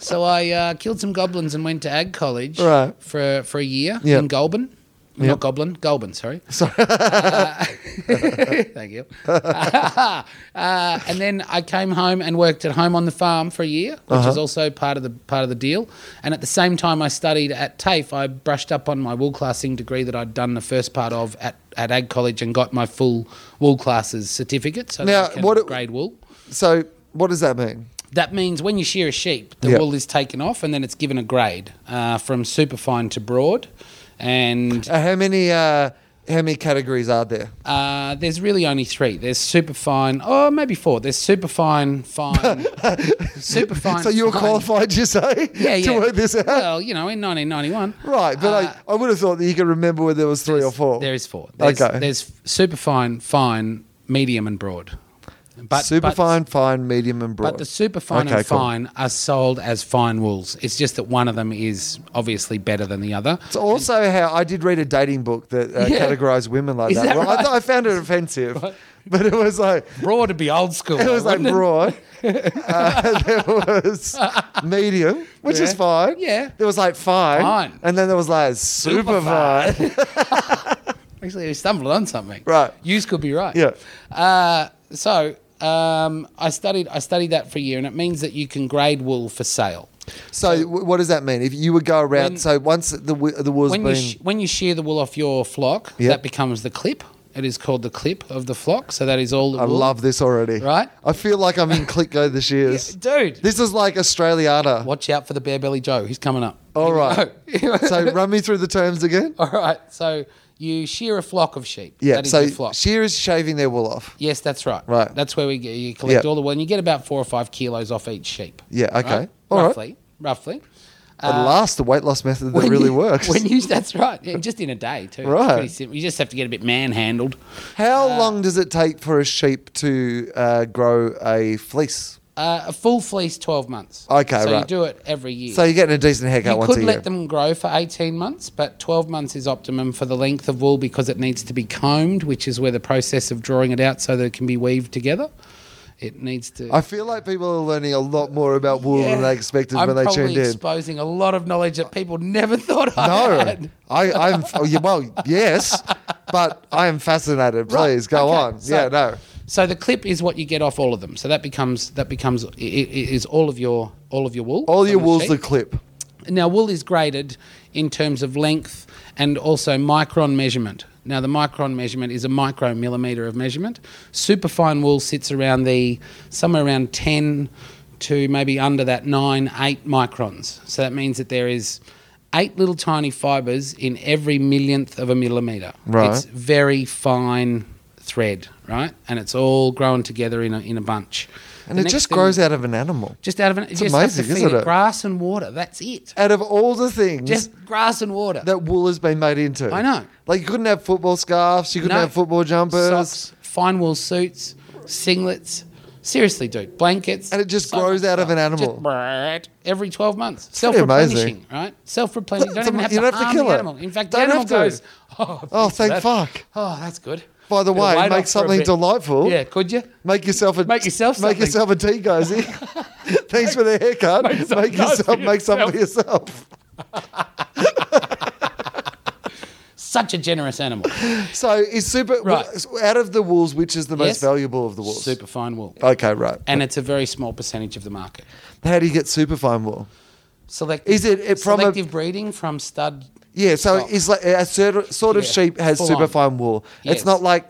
so I uh, killed some goblins and went to ag college
Right.
for for a year
Yep.
in Goulburn.
Yep.
Not Goblin, Goulburn, sorry. Sorry. thank you. uh, and then I came home and worked at home on the farm for a year, which is
Uh-huh.
also part of the part of the deal. And at the same time, I studied at TAFE. I brushed up on my wool classing degree that I'd done the first part of at, at Ag College and got my full wool classes certificate. So
Now,
now,
what it-
grade wool.
So, what does that mean?
That means when you shear a sheep, the
Yeah.
wool is taken off and then it's given a grade uh, from superfine to broad. And
Uh, how many uh, how many categories are there?
uh, there's really only three. There's superfine, or maybe four. There's superfine, fine, superfine.
So you were
fine.
qualified, you say,
yeah, yeah.
to work this out,
Well, you know, in 1991.
right? But I, I would have thought that you could remember whether there was three or four.
There is four. There's,
Okay.
There's superfine, fine, medium, and broad. But
super
but-
fine, fine, medium, and broad.
But the superfine
Okay,
and
cool.
fine are sold as fine wools. It's just that one of them is obviously better than the other.
It's also how I did read a dating book that uh,
Yeah.
categorized women like
Is
that.
that
Well, I,
right?
th- I found it offensive, but it was like
Broad would be old school.
it was
though,
like
wouldn't
broad. uh, there was medium, which is
Yeah.
fine.
Yeah.
There was like fine,
Fine.
and then there was like super fine.
Actually, we stumbled on something.
Right.
Yous could be right.
Yeah.
Uh, so um, I studied I studied that for a year, and it means that you can grade wool for sale.
So, w- what does that mean? If you would go around,
When-
so once the w- the wool's
when
been,
you sh- when you shear the wool off your flock,
Yep.
that becomes the clip. It is called the clip of the flock. So that is all. The
I
wool.
love this already.
Right?
I feel like I'm in Click Go this year's.
dude.
This is like Australiana.
Watch out for the bare belly Joe. He's coming up.
All
Here we
right.
go.
so run me through the terms again.
all right. So you shear a flock of sheep.
Yeah.
That is
So
your flock.
shear is shaving their wool off.
Yes, that's right.
Right.
That's where we get, you collect
Yeah.
all the wool, and you get about four or five kilos off each sheep.
Yeah, okay.
Right?
All right.
roughly, roughly.
At last, the weight loss method that
When
really
you-
works.
When you, that's right. Yeah, just in a day too. It's
Right.
pretty simple. You just have to get a bit manhandled.
How
uh,
long does it take for a sheep to uh, grow a fleece?
Uh, a full fleece, twelve months.
Okay,
So
right.
you do it every year.
So you're getting a decent haircut
you
once
could
a
let
year.
them grow for 18 months, but 12 months is optimum for the length of wool because it needs to be combed, which is where the process of drawing it out so that it can be weaved together. It needs to.
I feel like people are learning a lot more about wool than they expected
I'm
when they
probably
tuned in.
exposing a lot of knowledge that people never thought I
No,
had.
I, I'm oh, yeah, well, yes, but I am fascinated. Please go
okay,
on.
so-
yeah, no.
So the clip is what you get off all of them. So that becomes that becomes i- i- is all of your all of your wool.
All your
from the
wool's
sheep.
the clip.
Now, wool is graded in terms of length and also micron measurement. Now, the micron measurement is a micromillimeter of measurement. Superfine wool sits around the somewhere around 10 to maybe under that 9, 8 microns. So that means that there is eight little tiny fibers in every millionth of a millimeter.
Right.
It's very fine thread, right? And it's all grown together in a, in a bunch.
And
The
it
next
just
thing-
grows out of an animal.
just out of an, just
amazing,
have to feed
isn't
it
it?
grass and water. That's it.
Out of all the things
Just grass and water.
that wool has been made into.
I know.
Like you couldn't have football scarves, you couldn't
No.
have football jumpers.
Socks, fine wool suits, singlets. Seriously, dude, blankets.
And it just
so
grows
much
out of an
stuff.
animal.
Just brrrt, every 12 months. Self
pretty amazing.
replenishing, right? Self replenishing. You don't
It's
even
am-
have,
you
to,
don't have to
harm
kill
the
it.
animal. In fact,
Don't
the animal
have to.
goes, oh,
Oh,
for
thank
that.
fuck.
Oh, that's good.
By the
Bit of
way,
weight
make
off for a
something
bit.
delightful.
Yeah, could you?
Make yourself a
Make yourself
make
something.
yourself a tea, Gozy. Thanks for the haircut. Make,
something nice
yourself
for
make something for yourself.
Such a generous animal.
So is super
Right.
out of the wools, which is the most
Yes.
valuable of the wools?
Super fine wool.
Okay, right.
And it's a very small percentage of the market.
How do you get super fine wool?
Selective,
Is it- it from a-
selective breeding from stud?
Yeah, so
stock.
it's like a sort sort of
Yeah,
sheep has
full
super
on.
fine wool. It's
Yes.
not like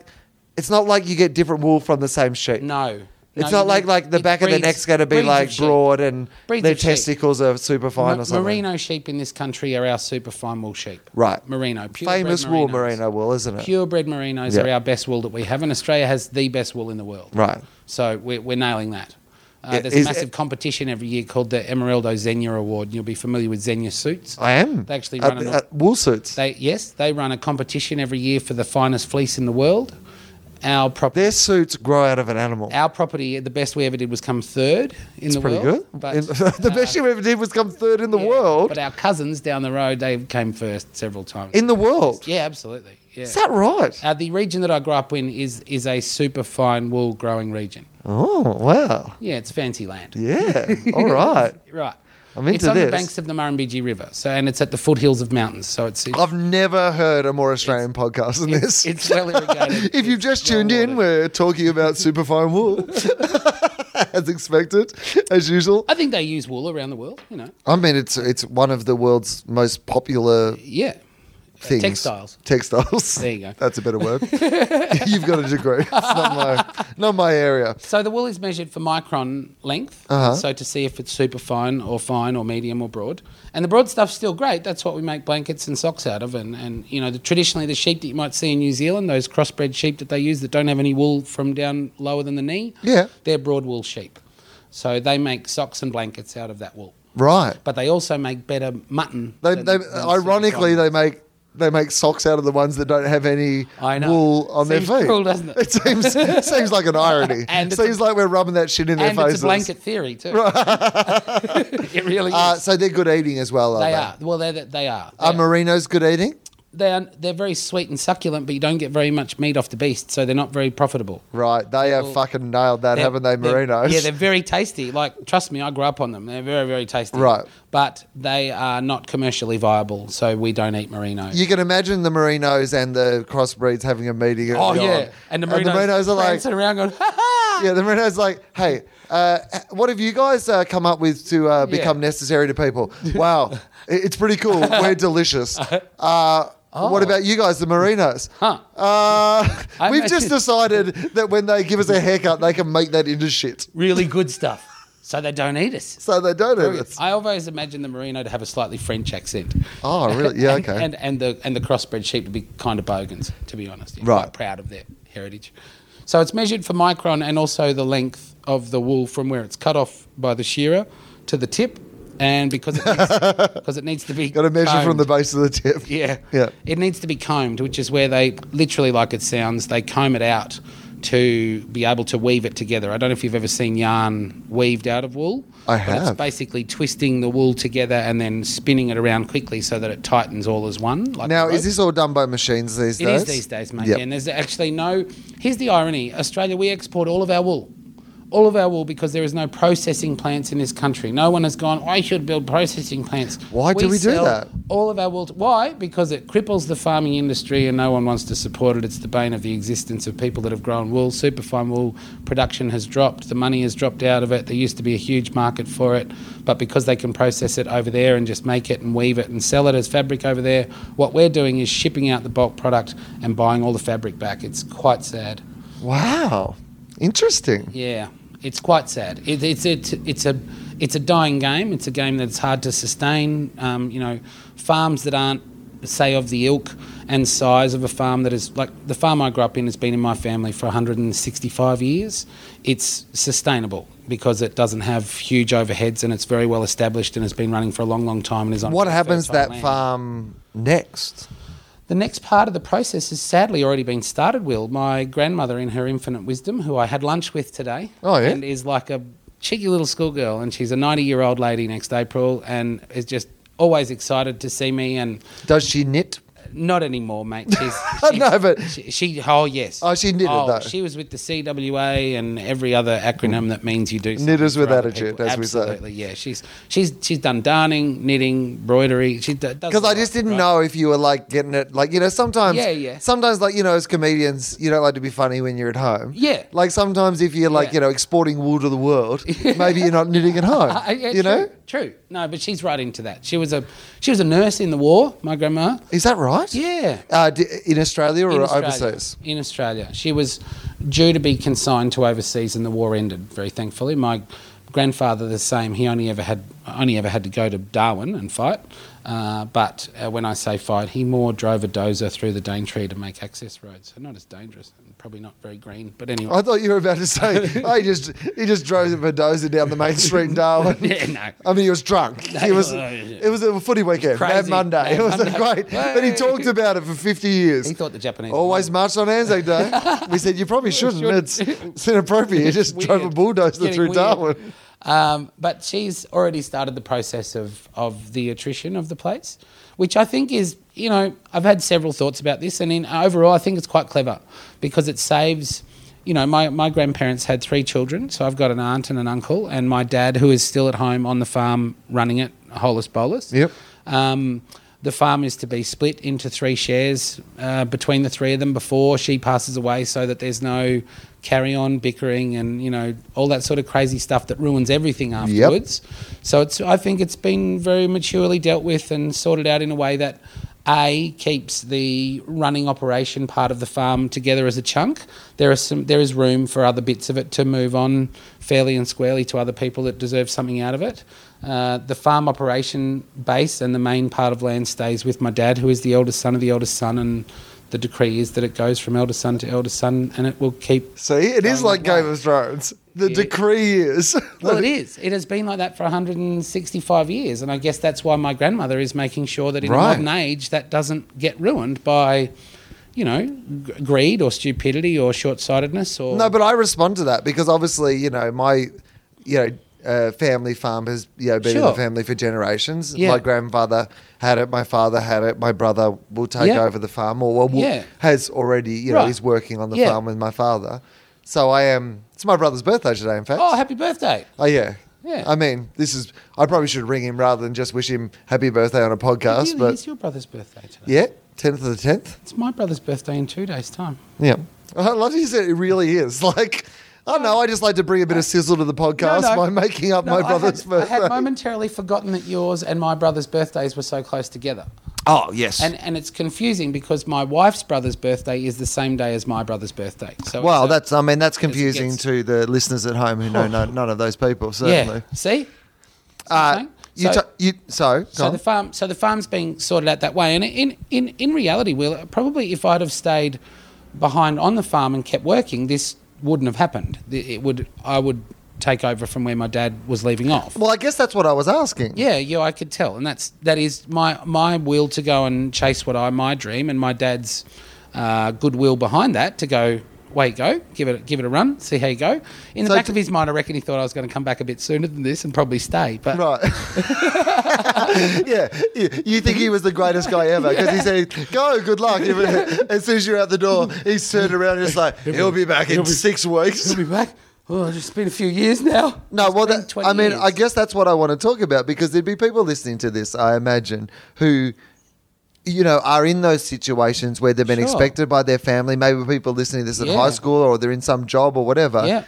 it's not like you get different wool from the same sheep.
No.
It's
No,
not
you
like
need-
like the
it
back of the
breeds-
neck's going to be
breeds of
like
sheep.
broad and
Breeds
their
of sheep.
testicles are super fine
Mer-
or something.
Merino sheep in this country are our super fine wool sheep.
Right.
Merino. purebred
Famous wool
merinos.
merino wool, isn't it?
Purebred merinos
Yeah.
are our best wool that we have, and Australia has the best wool in the world.
Right.
So we're, we're nailing that. Uh,
Yeah,
there's
is-
a massive competition every year called the Emeraldo Zenya Award, and you'll be familiar with Zenya suits.
I am.
They actually
Uh,
run an-
uh, wool suits.
They yes, they run a competition every year for the finest fleece in the world. Our property.
Their suits grow out of an animal.
our property, the best we ever did was come third in
it's
the
pretty
world.
good.
But uh,
In- the best you ever did was come third in the
yeah,
world.
But our cousins down the road, they came first several times.
in the world.
Yeah, absolutely. Yeah.
Is that right?
uh, the region that I grew up in is is a super fine wool growing region.
Oh, wow.
Yeah, it's fancy land.
Yeah. All right.
Right.
I'm into
it's on
this.
the banks of the Murrumbidgee River, so and it's at the foothills of mountains. So it's it's,
I've never heard a more Australian podcast than this.
it's well irrigated.
if you've
It's
just
well
tuned in,
watered.
we're talking about superfine wool, as expected, as usual.
I think they use wool around the world. You know,
I mean, it's it's one of the world's most popular
yeah,
things.
textiles.
Textiles.
There you go.
That's a better word. You've got a degree. It's not my not my area.
So the wool is measured for micron length,
Uh-huh.
so to see if it's super fine or fine or medium or broad. And the broad stuff's still great. That's what we make blankets and socks out of. And, and you know, the, traditionally the sheep that you might see in New Zealand, those crossbred sheep that they use that don't have any wool from down lower than the knee,
Yeah.
they're broad wool sheep. So they make socks and blankets out of that wool.
Right.
But they also make better mutton.
They,
than-
they
than super
ironically
fine.
they make they make socks out of the ones that don't have any
I know.
wool on
Seems
their feet.
cruel, doesn't it?
It seems seems like an irony.
And it's
seems
a-
like we're rubbing that shit in their
and
faces.
it's a blanket theory too. it really is.
Uh, so they're good eating as well, are
they
they?
are. Well, they're, they are.
Are
They're-
merinos good eating?
they are, they're very sweet and succulent, but you don't get very much meat off the beast, so they're not very profitable.
Right, they have
Well,
fucking nailed that,
They're-
haven't they,
they're-
Merinos?
Yeah, they're very tasty. Like, trust me, I grew up on them. They're very, very tasty.
Right.
But they are not commercially viable, so we don't eat Merinos.
you can imagine the Merinos and the crossbreeds having a meeting. and
oh,
going-
yeah. And the Merinos,
are like,
prancing around going, ha ha!
yeah, the Merinos like, hey, uh, what have you guys uh, come up with to uh, become
Yeah.
necessary to people? Wow, i- it's pretty cool. We're delicious. Uh, What about you guys, the Merinos?
Oh. Huh.
Uh,
I
we've just
imagine-
decided that when they give us a haircut, they can make that into shit.
Really good stuff. So they don't eat us.
So they don't have it.
I always imagine the merino to have a slightly French accent.
Oh, really? Yeah,
and,
okay.
And, and the and the crossbred sheep to be kind of bogans, to be honest. Yeah,
Right.
Quite proud of their heritage. So it's measured for micron and also the length of the wool from where it's cut off by the shearer to the tip, and because it needs, because it needs to be
Got to measure from the
combed.
base of the tip.
Yeah.
Yeah.
It needs to be combed, which is where they literally, like it sounds, they comb it out to be able to weave it together. I don't know if you've ever seen yarn weaved out of wool.
I
but It's
have.
basically twisting the wool together and then spinning it around quickly so that it tightens all as one. Like
Now,
a
is
rope.
this all done by machines these
It
days?
is these days, mate.
Yep.
And there's actually no. Here's the irony: Australia, we export all of our wool, all of our wool, because there is no processing plants in this country. No one has gone. I should build processing plants.
Why do we do
sell
that?
All of our wool. To, why? Because it cripples the farming industry, and no one wants to support it. It's the bane of the existence of people that have grown wool. Superfine wool production has dropped. The money has dropped out of it. There used to be a huge market for it, but because they can process it over there and just make it and weave it and sell it as fabric over there, what we're doing is shipping out the bulk product and buying all the fabric back. It's quite sad.
Wow. Interesting.
Yeah, it's quite sad. It, it's it's it's a it's a dying game. It's a game that's hard to sustain. Um, you know, farms that aren't say of the ilk and size of a farm that is like the farm I grew up in has been in my family for 165 years. It's sustainable because it doesn't have huge overheads and it's very well established and it's been running for a long, long time eh? and is on
What
very
happens to
fertile
that
land.
farm next?
The next part of the process has sadly already been started, Will. My grandmother, in her infinite wisdom, who I had lunch with today,
Oh, yeah?
and is like a cheeky little schoolgirl, and she's a 90 year old lady next April, and is just always excited to see me. And
Does she knit?
not anymore, mate. She's,
No, but-
she, she, oh, yes.
Oh, she knitted,
oh,
though.
She was with the CWA and every other acronym that means you do something
Knitters
for
without
other
a jet,
people.
as we say.
Absolutely, yeah. She's, she's, she's done darning, knitting, embroidery. She
Because I just didn't know if you were like getting it, like you know. Sometimes,
Yeah, yeah.
Sometimes, like you know, as comedians, you don't like to be funny when you're at home.
Yeah.
Like sometimes, if you're like
Yeah.
you know exporting wool to the world, maybe you're not knitting at home.
Uh, yeah,
you know,
true, true. No, but she's right into that. She was a she was a nurse in the war. My grandma.
is that right?
Yeah.
Uh, d- in Australia or
In Australia.
overseas?
In Australia, she was due to be consigned to overseas, and the war ended. Very thankfully, my grandfather the same. He only ever had only ever had to go to Darwin and fight. Uh, but uh, when I say fight, he more drove a dozer through the Daintree to make access roads. So not as dangerous, and probably not very green. But anyway,
I thought you were about to say oh, he just he just drove a dozer down the main street in Darwin.
Yeah, no.
I mean, he was drunk. He was. It was a footy weekend. Mad
uh, Crazy.
Monday.
Mad
it was
Monday.
great. But he
Hey.
talked about it for fifty years.
he thought the Japanese
Always marched on Anzac Day. we said you probably shouldn't. It's, it's inappropriate. You just drove a
weird.
bulldozer
Getting
through
weird.
Darwin.
Um, but she's already started the process of, of the attrition of the place, which I think is, you know, I've had several thoughts about this, and in overall, I think it's quite clever because it saves. You know, my, my grandparents had three children, so I've got an aunt and an uncle, and my dad, who is still at home on the farm running it, holus bolus.
Yep.
Um, the farm is to be split into three shares uh, between the three of them before she passes away, so that there's no carry on bickering and you know all that sort of crazy stuff that ruins everything afterwards. So it's I think it's been very maturely dealt with and sorted out in a way that a keeps the running operation part of the farm together as a chunk. There are some there is room for other bits of it to move on fairly and squarely to other people that deserve something out of it. Uh, the farm operation base and the main part of land stays with my dad, who is the eldest son of the eldest son, and the decree is that it goes from eldest son to eldest son, and it will keep.
See, it is
Going
like
that
Game
way.
of Thrones. The decree is.
Well, it is. It has been like that for 165 years, and I guess that's why my grandmother is making sure that in
Right.
a modern age that doesn't get ruined by, you know, g- greed or stupidity or short-sightedness or
No, but I respond to that because obviously, you know, my, you know, uh, family farm has you know, been in
Sure.
the family for generations.
Yeah.
My grandfather had it, my father had it, my brother will take
Yeah.
over the farm or, or will-
Yeah.
has already, you know,
Right.
he's working on the
Yeah.
farm with my father. So I am, it's my brother's birthday today, in fact.
Oh, happy birthday.
Oh yeah.
Yeah.
I mean, this is. I probably should ring him rather than just wish him happy birthday on a podcast.
Really,
but
it's your brother's birthday today.
yeah, tenth of the tenth.
It's my brother's birthday in two days' time.
Yeah. I love you. Said it really is. Like, I don't know. I just like to bring a bit of sizzle to the podcast by making up
No,
my brother's
I had,
birthday.
I had momentarily forgotten that yours and my brother's birthdays were so close together.
oh yes.
And and it's confusing because my wife's brother's birthday is the same day as my brother's birthday. So
well,
so-
that's. I mean, that's confusing
gets- Oh.
to the listeners at home who know no, none of those people.
yeah.
Certainly.
See,
Uh,
So-
you, t- you. So.
so the farm, so the farm's being sorted out that way. And in in in reality, Will probably if I'd have stayed behind on the farm and kept working, this wouldn't have happened. The- It would I would take over from where my dad was leaving off.
well, I guess that's what I was asking.
Yeah, yeah, I could tell, and that's that is my my will to go and chase what I my dream, and my dad's uh, goodwill behind that to go. Wait, go give it give it a run, see how you go. In the
So
back
d-
of his mind, I reckon he thought I was going to come back a bit sooner than this and probably stay. But
Right. yeah. You, you think he was the greatest guy ever because he said, go, good luck. Even- As soon as you're out the door, he's turned around and it's like, he'll be back in
he'll be-
six weeks.
he'll be back. Oh, it's just been a few years now.
No,
It's
well,
been
that,
20
I mean,
years.
I guess that's what I want to talk about because there'd be people listening to this, I imagine, who, you know, are in those situations where they've been
Sure.
expected by their family. Maybe people listening to this at
Yeah.
high school or they're in some job or whatever.
Yeah.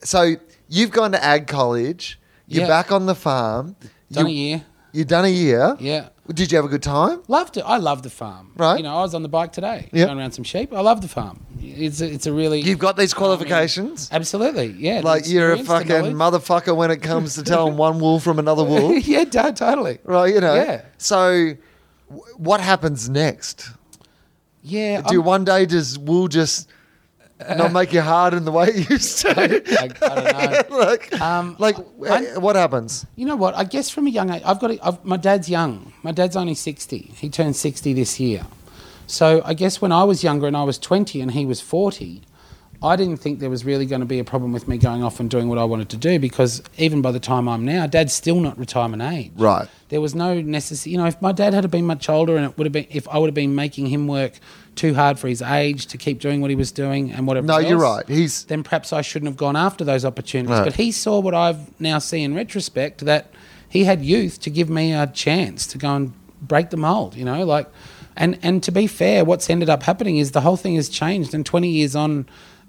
So you've gone to ag college, you're
Yeah.
back on the farm.
Done
you-
a year.
You've done a year.
Yeah.
Did you have a good time?
Loved it. I love the farm.
Right.
You know, I was on the bike today,
Yeah.
going around some sheep. I love the farm. It's a, it's a really
You've got these
I mean,
qualifications.
absolutely. Yeah. the
like you're a
experience, the
fucking
knowledge.
motherfucker when it comes to telling one wolf from another wolf,
yeah, to- totally.
right? You know.
Yeah.
So, w- what happens next?
Yeah.
Do you
I'm- Uh,
one day just wool just not make you hard in the way it used to?
I, I don't know.
like,
Um,
like uh,
I-
what happens?
You know what? I guess from a young age, I've got. A, I've, my dad's young. My dad's only sixty. He turned sixty this year. So I guess when I was younger and I was twenty and he was forty, I didn't think there was really going to be a problem with me going off and doing what I wanted to do because even by the time I'm now, dad's still not retirement age.
Right.
There was no necessary. You know, if my dad had been much older and it would have been, if I would have been making him work too hard for his age to keep doing what he was doing and whatever.
No, you're
else,
right. He's-
then perhaps I shouldn't have gone after those opportunities.
No.
But he saw what I've now see in retrospect that he had youth to give me a chance to go and break the mold, you know, like and and to be fair, what's ended up happening is the whole thing has changed and 20 years on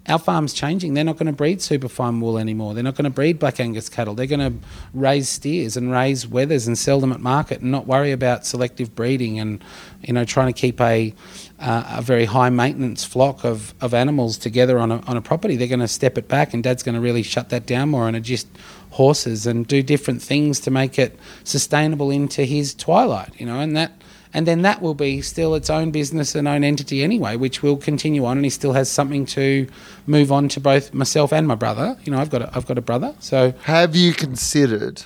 our farm's changing. They're not going to breed superfine wool anymore. They're not going to breed black Angus cattle. They're going to raise steers and raise weathers and sell them at market and not worry about selective breeding and, you know, trying to keep a, uh, a very high maintenance flock of, of animals together on a, on a property. They're going to step it back and dad's going to really shut that down more and adjust horses and do different things to make it sustainable into his twilight, you know, and that and then that will be still its own business and own entity anyway, which will continue on. And he still has something to move on to both myself and my brother. You know, I've got a, I've got a brother, so
Have you considered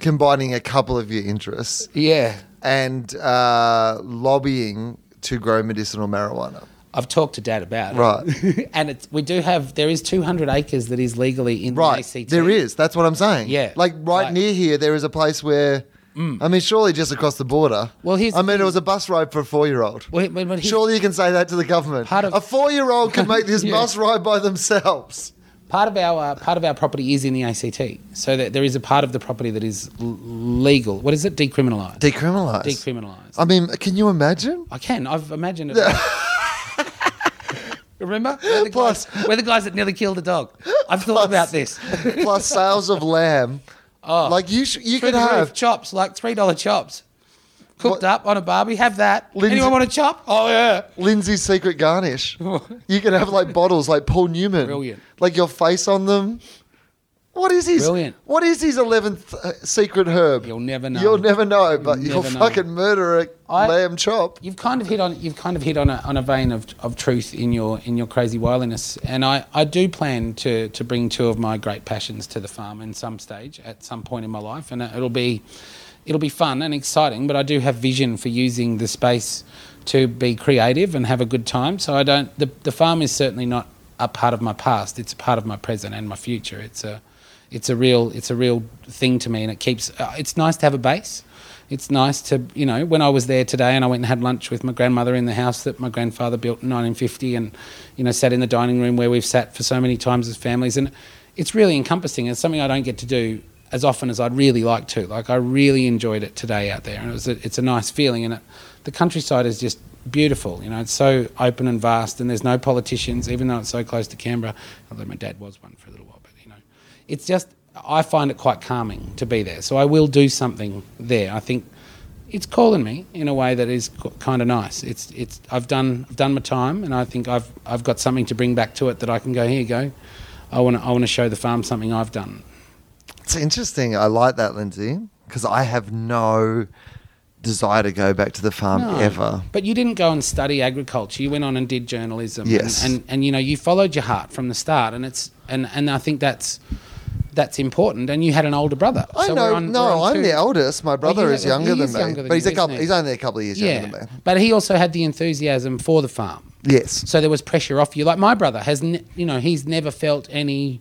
combining a couple of your interests?
yeah.
and uh, lobbying to grow medicinal marijuana.
I've talked to Dad about it,
Right.
and it's, we do have there is 200 acres that is legally in
Right.
the ACT.
There is. That's what I'm saying.
Yeah.
Like right
Like- Mm.
near here, there is a place where. I mean, surely just across the border.
Well, here's
I
the
mean, it
thing.
was a bus ride for a four-year-old.
Well, but- but here's-
surely you can say that to the government.
Part of-
a four-year-old can make this
Yeah.
bus ride by themselves.
Part of our uh, part of our property is in the ACT, so that there is a part of the property that is l- legal. What is it? Decriminalised.
Decriminalised.
Decriminalised.
I mean, can you imagine?
I can. I've imagined it. Remember? We're the,
Plus-
guys, we're the guys that nearly killed the dog. I've thought about this.
Plus sales of lamb. Oh, like you, sh- you
Through
could
the
have
roof, chops, like $3 chops. Cooked
What-
up on a barbie. Have that.
Lindsay-
Anyone want a chop? Oh, yeah.
Lindsay's secret garnish. you can have like bottles like Paul Newman.
Brilliant.
Like your face on them. What is his?
Brilliant.
What is his eleventh uh, secret herb?
You'll never know.
You'll never know, but you'll,
never know.
fucking murder a
I-
lamb chop.
You've kind of hit on you've kind of hit on a, on a vein of, of truth in your in your crazy wildiness, and I, I do plan to to bring two of my great passions to the farm in some stage at some point in my life, and it'll be it'll be fun and exciting. But I do have vision for using the space to be creative and have a good time. So I don't the the farm is certainly not a part of my past. It's a part of my present and my future. It's a it's a real it's a real thing to me, and it keeps. Uh, it's nice to have a base. It's nice to you know when I was there today, and I went and had lunch with my grandmother in the house that my grandfather built in 1950, and you know sat in the dining room where we've sat for so many times as families, and it's really encompassing. It's something I don't get to do as often as I'd really like to. Like I really enjoyed it today out there, and it was a, it's a nice feeling. And it, the countryside is just beautiful. You know, it's so open and vast, and there's no politicians, even though it's so close to Canberra. Although my dad was one for a little while, but you know, it's just I find it quite calming to be there. So I will do something there. I think it's calling me in a way that is kind of nice. It's it's I've done I've done my time, and I think I've I've got something to bring back to it that I can go here you go. I want to I want to show the farm something I've done.
It's interesting. I like that, Lindsay, because I have no desire to go back to the farm
No.
ever.
But you didn't go and study agriculture. You went on and did journalism.
Yes.
And, and and you know you followed your heart from the start, and it's and and I think that's that's important. And you had an older brother.
I
So
know.
we're on- we're
no,
on
I'm
two-
the eldest. My brother
you-
is younger
he
than
is
me,
younger than
but he's
you,
a couple.
isn't he?
He's only a couple of years
Yeah.
younger than me.
But he also had the enthusiasm for the farm.
Yes.
So there was pressure off you. Like my brother has, ne- you know, he's never felt any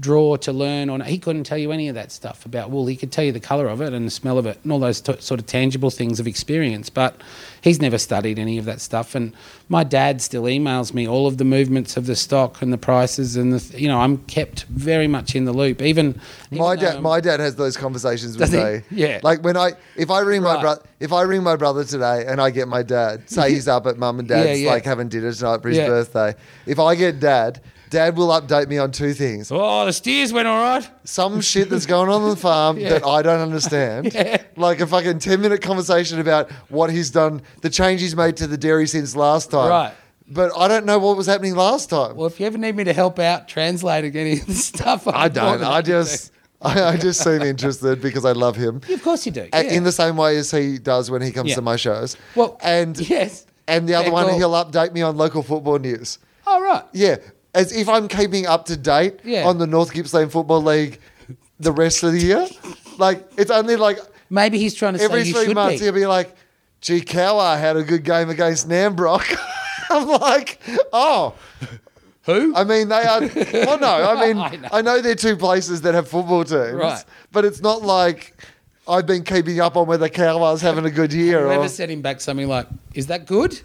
draw to learn on. He couldn't tell you any of that stuff about wool. He could tell you the color of it and the smell of it and all those t- sort of tangible things of experience, but he's never studied any of that stuff. And my dad still emails me all of the movements of the stock and the prices and the, th- you know, I'm kept very much in the loop. Even even
My
though
dad,
I'm-
my dad has those conversations
Does
with
he?
me.
Yeah.
Like when I, if I ring my
Right.
brother, if I ring my brother today, and I get my dad, say he's up at mum and
Yeah,
dad's,
yeah.
like having dinner tonight for his
Yeah.
birthday. If I get dad, dad will update me on two things:
oh, the steers went all right.
some shit that's going on on the farm that I don't understand, like a fucking ten minute conversation about what he's done, the change he's made to the dairy since last time.
Right.
But I don't know what was happening last time.
Well, if you ever need me to help out translating any of the stuff, I'm
I
more
don't.
than
I
happy to.
just, I, I just seem interested because I love him.
Of course you do.
A-
yeah.
in the same way as he does when he comes
Yeah.
to my shows.
Well,
and
yes.
and the other
Fair
one,
call.
he'll update me on local football news.
All right.
Yeah, as if I'm keeping up to date
Yeah.
on the North Gippsland Football League the rest of the year. like it's only like
Maybe he's trying to
every
say you
three
should
months
be.
he'll be like, "Gee, Cowar had a good game against Nambrock." I'm like, oh.
Who?
I mean, they are. Well, no, I mean, I
I
know.
know.
they're two places that have football teams,
Right.
But it's not like I've been keeping up on whether Cowars having a good year. Or,
Whoever sent him back something like, "Is that good?"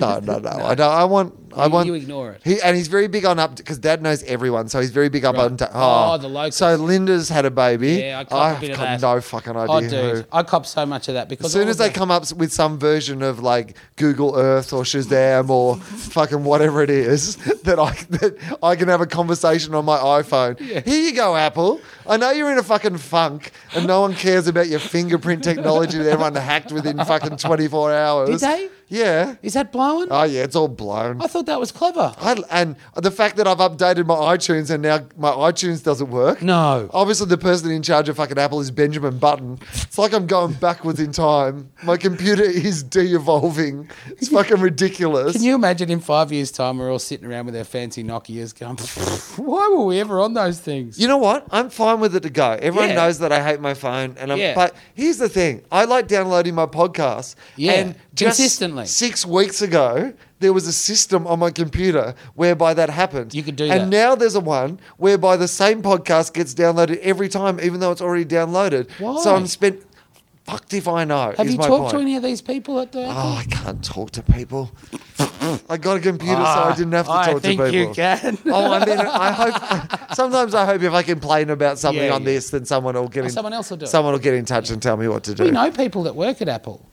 no, no, no, I don't. I want. I
You-
want.
you ignore it.
He, and he's very big on up because Dad knows everyone, so he's very big up
Right.
on. Ta- oh,
Oh, the locals.
So Linda's had a baby.
Yeah, I cop a bit of
got
that.
no fucking idea.
Oh,
who.
dude, I cop so much of that because
As soon
all
as
of
they
the-
come up s- with some version of like Google Earth or Shazam or fucking whatever it is that I that I can have a conversation on my iPhone. Here you go, Apple. I know you're in a fucking funk and no one cares about your fingerprint technology that everyone hacked within fucking 24 hours.
Did they?
Yeah.
is that blowing?
Oh yeah, it's all blown.
I thought that was clever.
I, and the fact that I've updated my iTunes and now my iTunes doesn't work.
No.
Obviously, the person in charge of fucking Apple is Benjamin Button. It's like I'm going backwards in time. My computer is de evolving. It's fucking ridiculous.
Can you imagine in five years' time we're all sitting around with our fancy Nokia's going, "Why were we ever on those things?"
You know what? I'm fine with it to go. Everyone
Yeah.
knows that I hate my phone, and I'm.
Yeah.
But here's the thing: I like downloading my podcasts.
Yeah,
and just
consistently.
Six weeks ago, there was a system on my computer whereby that happened.
You could do
and
that.
now there's a one whereby the same podcast gets downloaded every time, even though it's already downloaded. So
Why?
I'm spent. Fucked if I know.
Have
is
you
my
talked to
point.
any of these people at the?
Oh, I can't talk to people. I got a computer,
Ah,
so I didn't have to
I
talk
think
to people.
you can.
Oh, I mean, I hope. Sometimes I hope if I complain about something
Yeah,
on
yeah. Oh,
this, then someone will get in.
someone else will do it.
Someone will get in touch and tell me what to do.
we know people that work at Apple.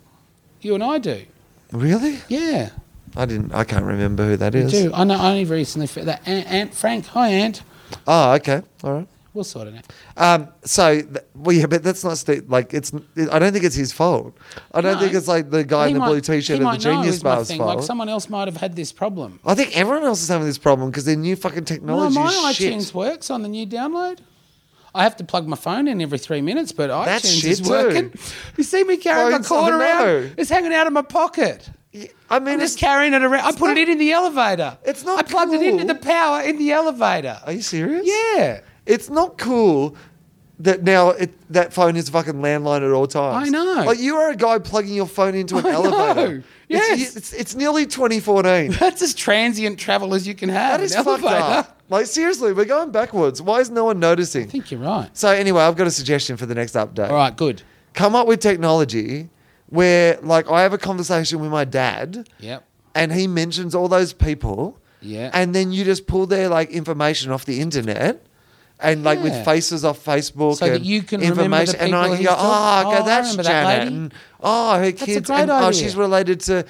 You and I do.
Really?
Yeah.
I didn't. I can't remember who that is.
Do I know? I only recently f- that Aunt, Aunt Frank. Hi, Aunt.
Oh, okay. All right.
We'll sort it out.
Um, so, th- well, yeah, but that's not Steve. Like, it's. I don't think it's his fault. I don't
No.
think it's like the guy
He
in the
might-
blue
he
t-shirt and the
might know
genius
is my
bar's
thing.
fault.
Like someone else might have had this problem.
I think everyone else is having this problem because their new fucking
No,
technology
my
is shit.
iTunes works on the new download. I have to plug my phone in every three minutes, but
That's
iTunes
shit
is
too.
working. You see me carrying
Phones,
my cord
I know.
around? It's hanging out of my pocket.
I mean,
I'm
it's
just carrying it around. I put
not-
it in the elevator.
it's not
I plugged it into
cool.
the power in the elevator.
Are you serious?
Yeah.
It's not cool that now it, that phone is fucking landline at all times.
I know.
Like you are a guy plugging your phone into an
I
elevator.
know.
It's-
Yes.
It's, it's, nearly 2014.
That's as transient travel as you can have.
That is
an
fucked
elevator.
up. Like seriously, we're going backwards. Why is no one noticing?
I think you're right.
so anyway, I've got a suggestion for the next update.
All right, good.
Come up with technology where like I have a conversation with my dad
Yep.
and he mentions all those people.
Yeah.
And then you just pull their like information off the internet and like
Yeah.
with faces off Facebook
So
and
that you can remember the
information and I
people
can
he's
go,
talk-
Oh,
Oh, I
okay, that's
remember
Janet.
that lady.
and, oh, her
a
kids
great
and oh
idea.
she's related to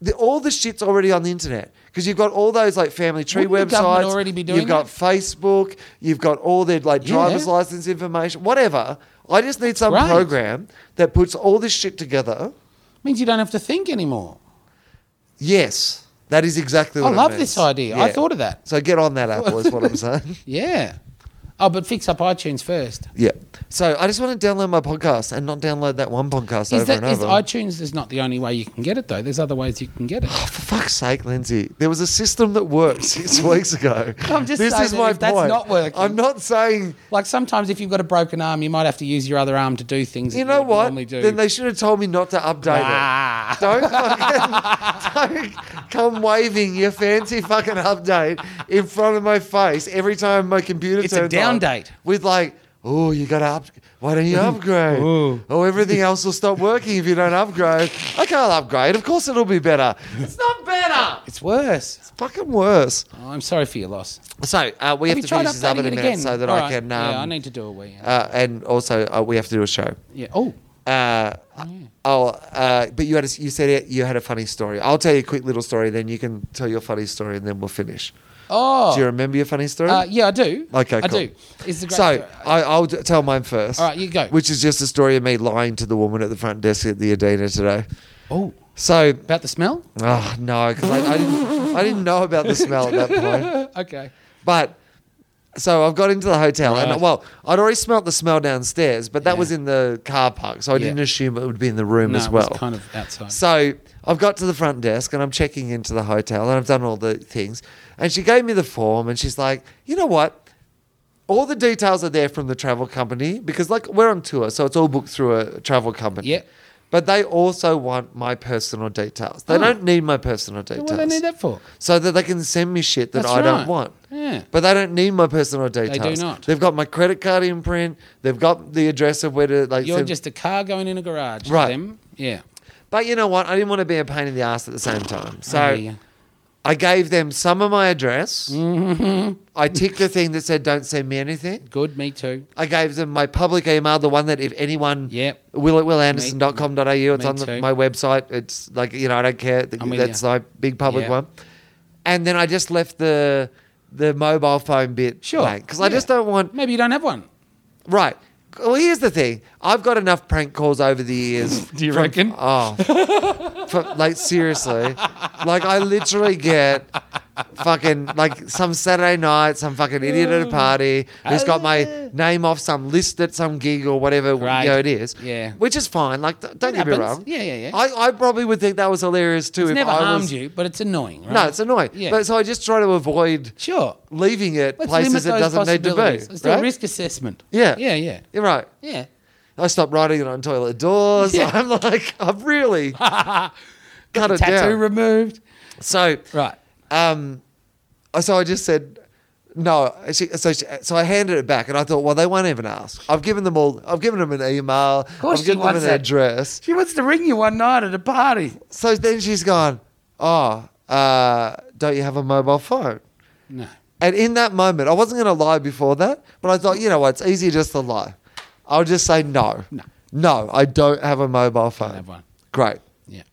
the, all the shit's already on the internet. Because you've got all those like family tree
Wouldn't the
websites.
government already be doing
you've got
that?
Facebook, you've got all their like
Yeah.
driver's license information, whatever. I just need some
Right.
program that puts all this shit together.
Means you don't have to think anymore.
Yes, that is exactly
I
what it
love
means.
this idea. I
Yeah.
thought of that.
So get on that Apple is what I'm saying.
Yeah. Oh, but fix up iTunes first.
Yeah. So I just want to download my podcast and not download that one podcast over
Is that
and
is
over.
iTunes is not the only way you can get it though. There's other ways you can get it.
Oh, For fuck's sake, Lindsay, there was a system that worked six weeks ago.
I'm just saying that if that's not working-
I'm not saying
Like sometimes if you've got a broken arm, you might have to use your other arm to do things.
you
that
know
would
what.
Normally do.
Then they should have told me not to update
ah.
it. Don't fucking don't come waving your fancy fucking update in front of my face every time my computer
It's a
turns
down
on
date.
With like, oh, you gotta up. Why don't you upgrade? Oh, everything else will stop working if you don't upgrade. I can't upgrade. Of course, it'll be better. It's not better.
It's worse.
fucking worse.
Oh, I'm sorry for your loss.
So uh, we have,
Have
to
you tried
finish this up
updating
in a
it
minute
again?
so that
All
I
right.
can. Um,
yeah, I need to do a wee. Yeah.
uh, and also, uh, we have to do a show.
yeah. Oh,
Uh, Oh, uh, but you had a, you said it, you had a funny story. I'll tell you a quick little story, then you can tell your funny story, and then we'll finish.
oh.
Do you remember your funny story?
Uh, yeah, I do.
Okay,
I
cool.
do. It's a great
so
story.
I, I'll d- tell mine first.
All right, you go.
Which is just a story of me lying to the woman at the front desk at the Adena today.
Oh,
So,
about the smell?
oh no, because I, I, didn't, I didn't know about the smell at that point.
Okay.
But so I've got into the hotel,
Right.
and well, I'd already smelt the smell downstairs, but that
Yeah.
was in the car park, so I
Yeah.
didn't assume it would be in the room
No,
as well.
it was kind of outside.
So I've got to the front desk and I'm checking into the hotel and I've done all the things. And she gave me the form and she's like, you know what? All the details are there from the travel company because, like, we're on tour, so it's all booked through a travel company.
Yeah.
But they also want my personal details. They
Oh.
don't need my personal details.
what do they need that for?
So that they can send me shit that
That's
I don't
right.
want.
Yeah.
But they don't need my personal details.
not.
They've got my credit card imprint. They've got the address of where to like.
You're
send-
just a car going in a garage. to
Right.
them. Yeah.
But you know what? I didn't want to be a pain in the ass at the same time. So.
I hear ya.
I gave them some of my address.
Mm-hmm.
I ticked the thing that said don't send me anything.
Good, me too.
I gave them my public email, the one that if anyone
Yep.
will at willanderson.com.au, it's
Me
on the,
too.
my website. It's like, you know, I don't care.
I'm with
That's
ya.
my big public
Yeah.
one. And then I just left the the mobile phone bit
Sure.
because I
Yeah.
just don't want
Maybe you don't have one.
Right. Well, here's the thing. I've got enough prank calls over the years. Do
you reckon?
Oh, From- like seriously, like I literally get fucking like some Saturday night, some fucking idiot at a party who's got my name off some list at some gig or whatever
Right.
you know, it is.
Yeah.
which is fine. Like, th- don't
It
get me
happens.
wrong.
Yeah, yeah, yeah.
I, I probably would think that was hilarious too.
It's
if
never
I
harmed
was,
you, but it's annoying, right?
No, it's annoying.
Yeah.
But so I just try to avoid
Sure.
leaving it
Let's limit
places it
those
doesn't need to be.
possibilities. Let's do a
right?
risk assessment.
Yeah.
Yeah, yeah.
You're right.
Yeah.
I stopped writing it on toilet doors.
Yeah.
I'm like, I've really cut it
Tattoo
down.
removed.
so,
Right.
um, so I just said, no. She, so, she, so I handed it back, and I thought, well, they won't even ask. I've given them all. I've given them an email. I've
course she
given them an
wants it.
address.
She wants to ring you one night at a party.
So then she's gone. Oh, uh, don't you have a mobile phone?
No.
And in that moment, I wasn't going to lie before that, but I thought, you know what? It's easier just to lie. I'll just say no.
No.
No, I don't have a mobile phone.
have one.
Great.
Yeah.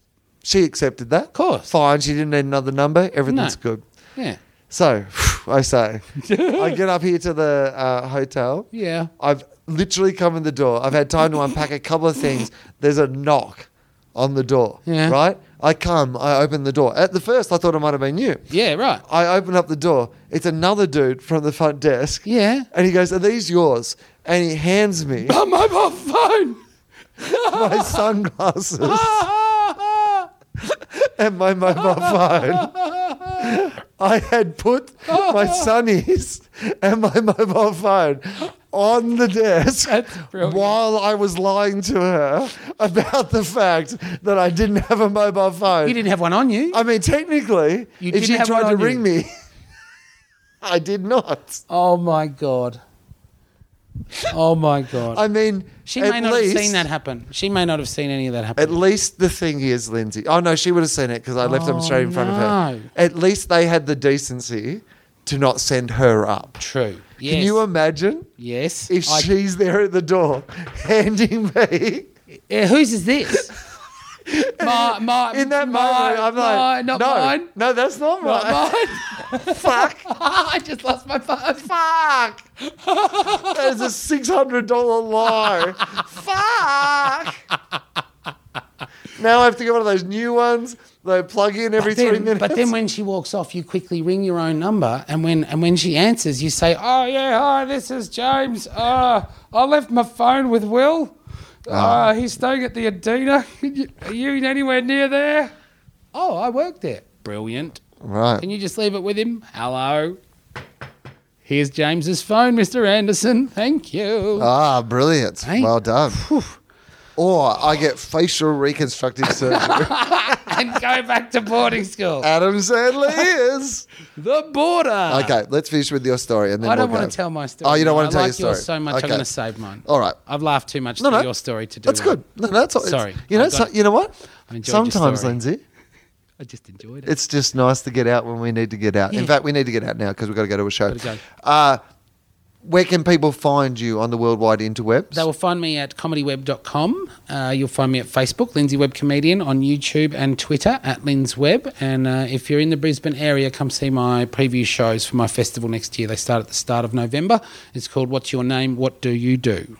She accepted that. Of
course.
Fine. She didn't need another number. Everything's
No.
good.
Yeah.
So, I say, I get up here to the uh, hotel.
Yeah.
I've literally come in the door. I've had time to unpack a couple of things. There's a knock on the door.
Yeah.
Right? I come, I open the door. At the first, I thought it might have been you.
Yeah, right.
I open up the door. It's another dude from the front desk.
Yeah.
And he goes, Are these yours? And he hands me
A mobile phone.
my sunglasses and my mobile phone. I had put my sunnies and my mobile phone on the desk
That's brilliant.
while I was lying to her about the fact that I didn't have a mobile phone. Oh.
you didn't have one on you.
I mean, technically,
You
if
didn't
she
have
tried
one
to
on you.
ring me,
I did not.
Oh my god. Oh my god.
I mean,
she
at
may not
least,
have seen that happen. She may not have seen any of that happen.
At least the thing is, Lindsay. Oh no, she would have seen it because I left them straight in front of her.
Oh, no.
At least they had the decency to not send her up.
True. Yes.
Can you imagine
yes.
if
I-
she's there at the door handing me?
Yeah, whose is this? my, my,
In that
my,
moment, I'm like,
my- not
no,
mine.
no, that's not
Not
mine.
mine.
Fuck,
I just lost my phone.
fuck. that is a six hundred dollar lie. fuck. Now I have to get one of those new ones. They plug in every three
Then,
minutes.
but then when she walks off, you quickly ring your own number, and when and when she answers, you say, "Oh yeah, hi, this is James. Uh, I left my phone with Will. Uh, he's staying at the Adina. Are you anywhere near there? Oh, I work there. Brilliant.
right.
Can you just leave it with him? Hello. Here's James's phone, Mr. Anderson. Thank you.
Ah, brilliant.
Hey.
Well done. Or I get facial reconstructive surgery.
and go back to boarding school.
Adam Sandler is.
The border.
Okay, let's finish with your story and then
I don't
we'll
want
go.
to tell my story.
Oh, you don't
now.
want
I
to tell
like
your story.
yours so much.
Okay.
I'm going to save mine.
All right.
I've laughed too much
No,
for
no.
your story to do.
That's
it.
good. No, that's all. it's-
Sorry.
You know,
I
so,
got-
you know what?
I enjoyed your
Sometimes,
story.
Lindsay,
I just enjoyed it.
it's just nice to get out when we need to get out. In
Yeah.
fact, we need to get out now because we've got to go to a show.
Gotta
Uh, where can people find you on the worldwide interwebs?
They will find me at comedyweb.com. Uh, you'll find me at Facebook, Lindsay Web Comedian, on YouTube and Twitter at Linz Web. And uh, if you're in the Brisbane area, come see my preview shows for my festival next year. They start at the start of November. It's called What's Your Name? What Do You Do?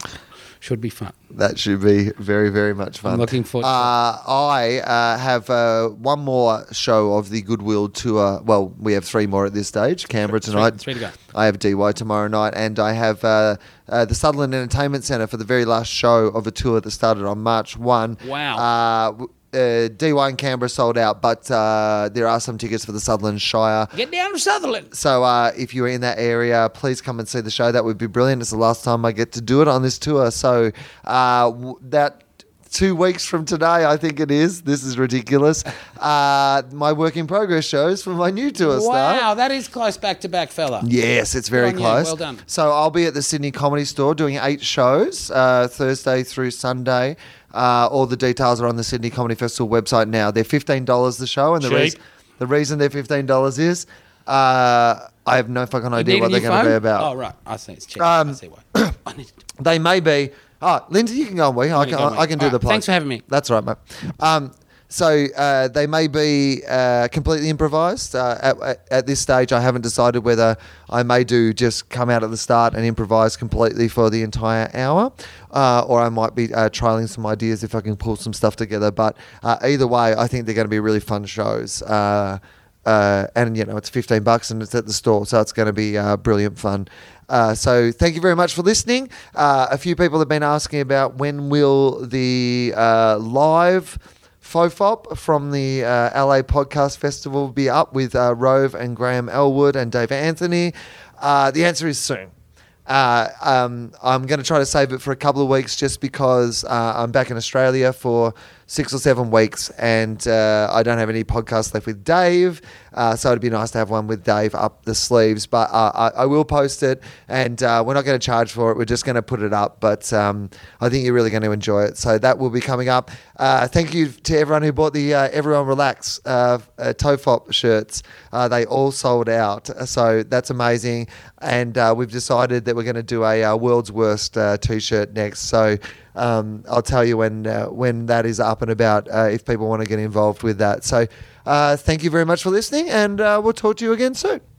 Should be fun.
That should be very, very much fun.
I'm looking forward to
Uh,
it.
I uh, have uh, one more show of the Goodwill tour. Well, we have three more at this stage. Canberra tonight.
three to go.
I have DY tomorrow night, and I have uh, uh, the Sutherland Entertainment Centre for the very last show of a tour that started on March 1.
Wow.
Uh, w- uh, DY and Canberra sold out, but uh, there are some tickets for the Sutherland Shire.
Get down to Sutherland.
So uh, if you're in that area, please come and see the show. That would be brilliant. It's the last time I get to do it on this tour. So uh, w- that two weeks from today, I think it is. This is ridiculous. Uh, my work in progress shows for my new tour start.
Wow, that is close back to back, fella.
Yes, it's very
on you.
close.
Well done.
So I'll be at the Sydney Comedy Store doing eight shows, uh, Thursday through Sunday. Uh, all the details are on the Sydney Comedy Festival website now. They're fifteen dollars the show, and the
Cheap.
reason the reason they're fifteen dollars is uh, I have no fucking idea
Need a
what they're
new
going to be
phone?
about.
Oh, right. I see. It's cheap. I see why. I need to-
They may be. Oh, Lindsay, you can go on. We. I can.
go on, we.
I can do
All
the
right,
plug.
thanks for having me.
That's right, mate. Um, so uh, they may be uh, completely improvised. Uh, at- at, at this stage, I haven't decided whether I may do just come out at the start and improvise completely for the entire hour, uh, or I might be uh, trialing some ideas if I can pull some stuff together. But uh, either way, I think they're going to be really fun shows. Uh, uh, and you know it's 15 bucks and it's at the store so it's going to be uh, brilliant fun uh, so thank you very much for listening uh, a few people have been asking about when will the uh, live fofop from the uh, la podcast festival be up with uh, rove and graham elwood and dave anthony uh, the answer is soon uh, um, I'm going to try to save it for a couple of weeks just because uh, I'm back in Australia for six or seven weeks and uh, I don't have any podcasts left with Dave. Uh, so it'd be nice to have one with Dave up the sleeves. But uh, I, I will post it and uh, we're not going to charge for it. We're just going to put it up. But um, I think you're really going to enjoy it. So that will be coming up. Uh, thank you to everyone who bought the uh, Everyone Relax uh, uh, Tofop shirts. Uh, they all sold out. So that's amazing. And uh, we've decided that we're going to do a uh, world's worst uh, t-shirt next. So um, I'll tell you when uh, when that is up and about uh, if people want to get involved with that. So uh, thank you very much for listening, and uh, we'll talk to you again soon.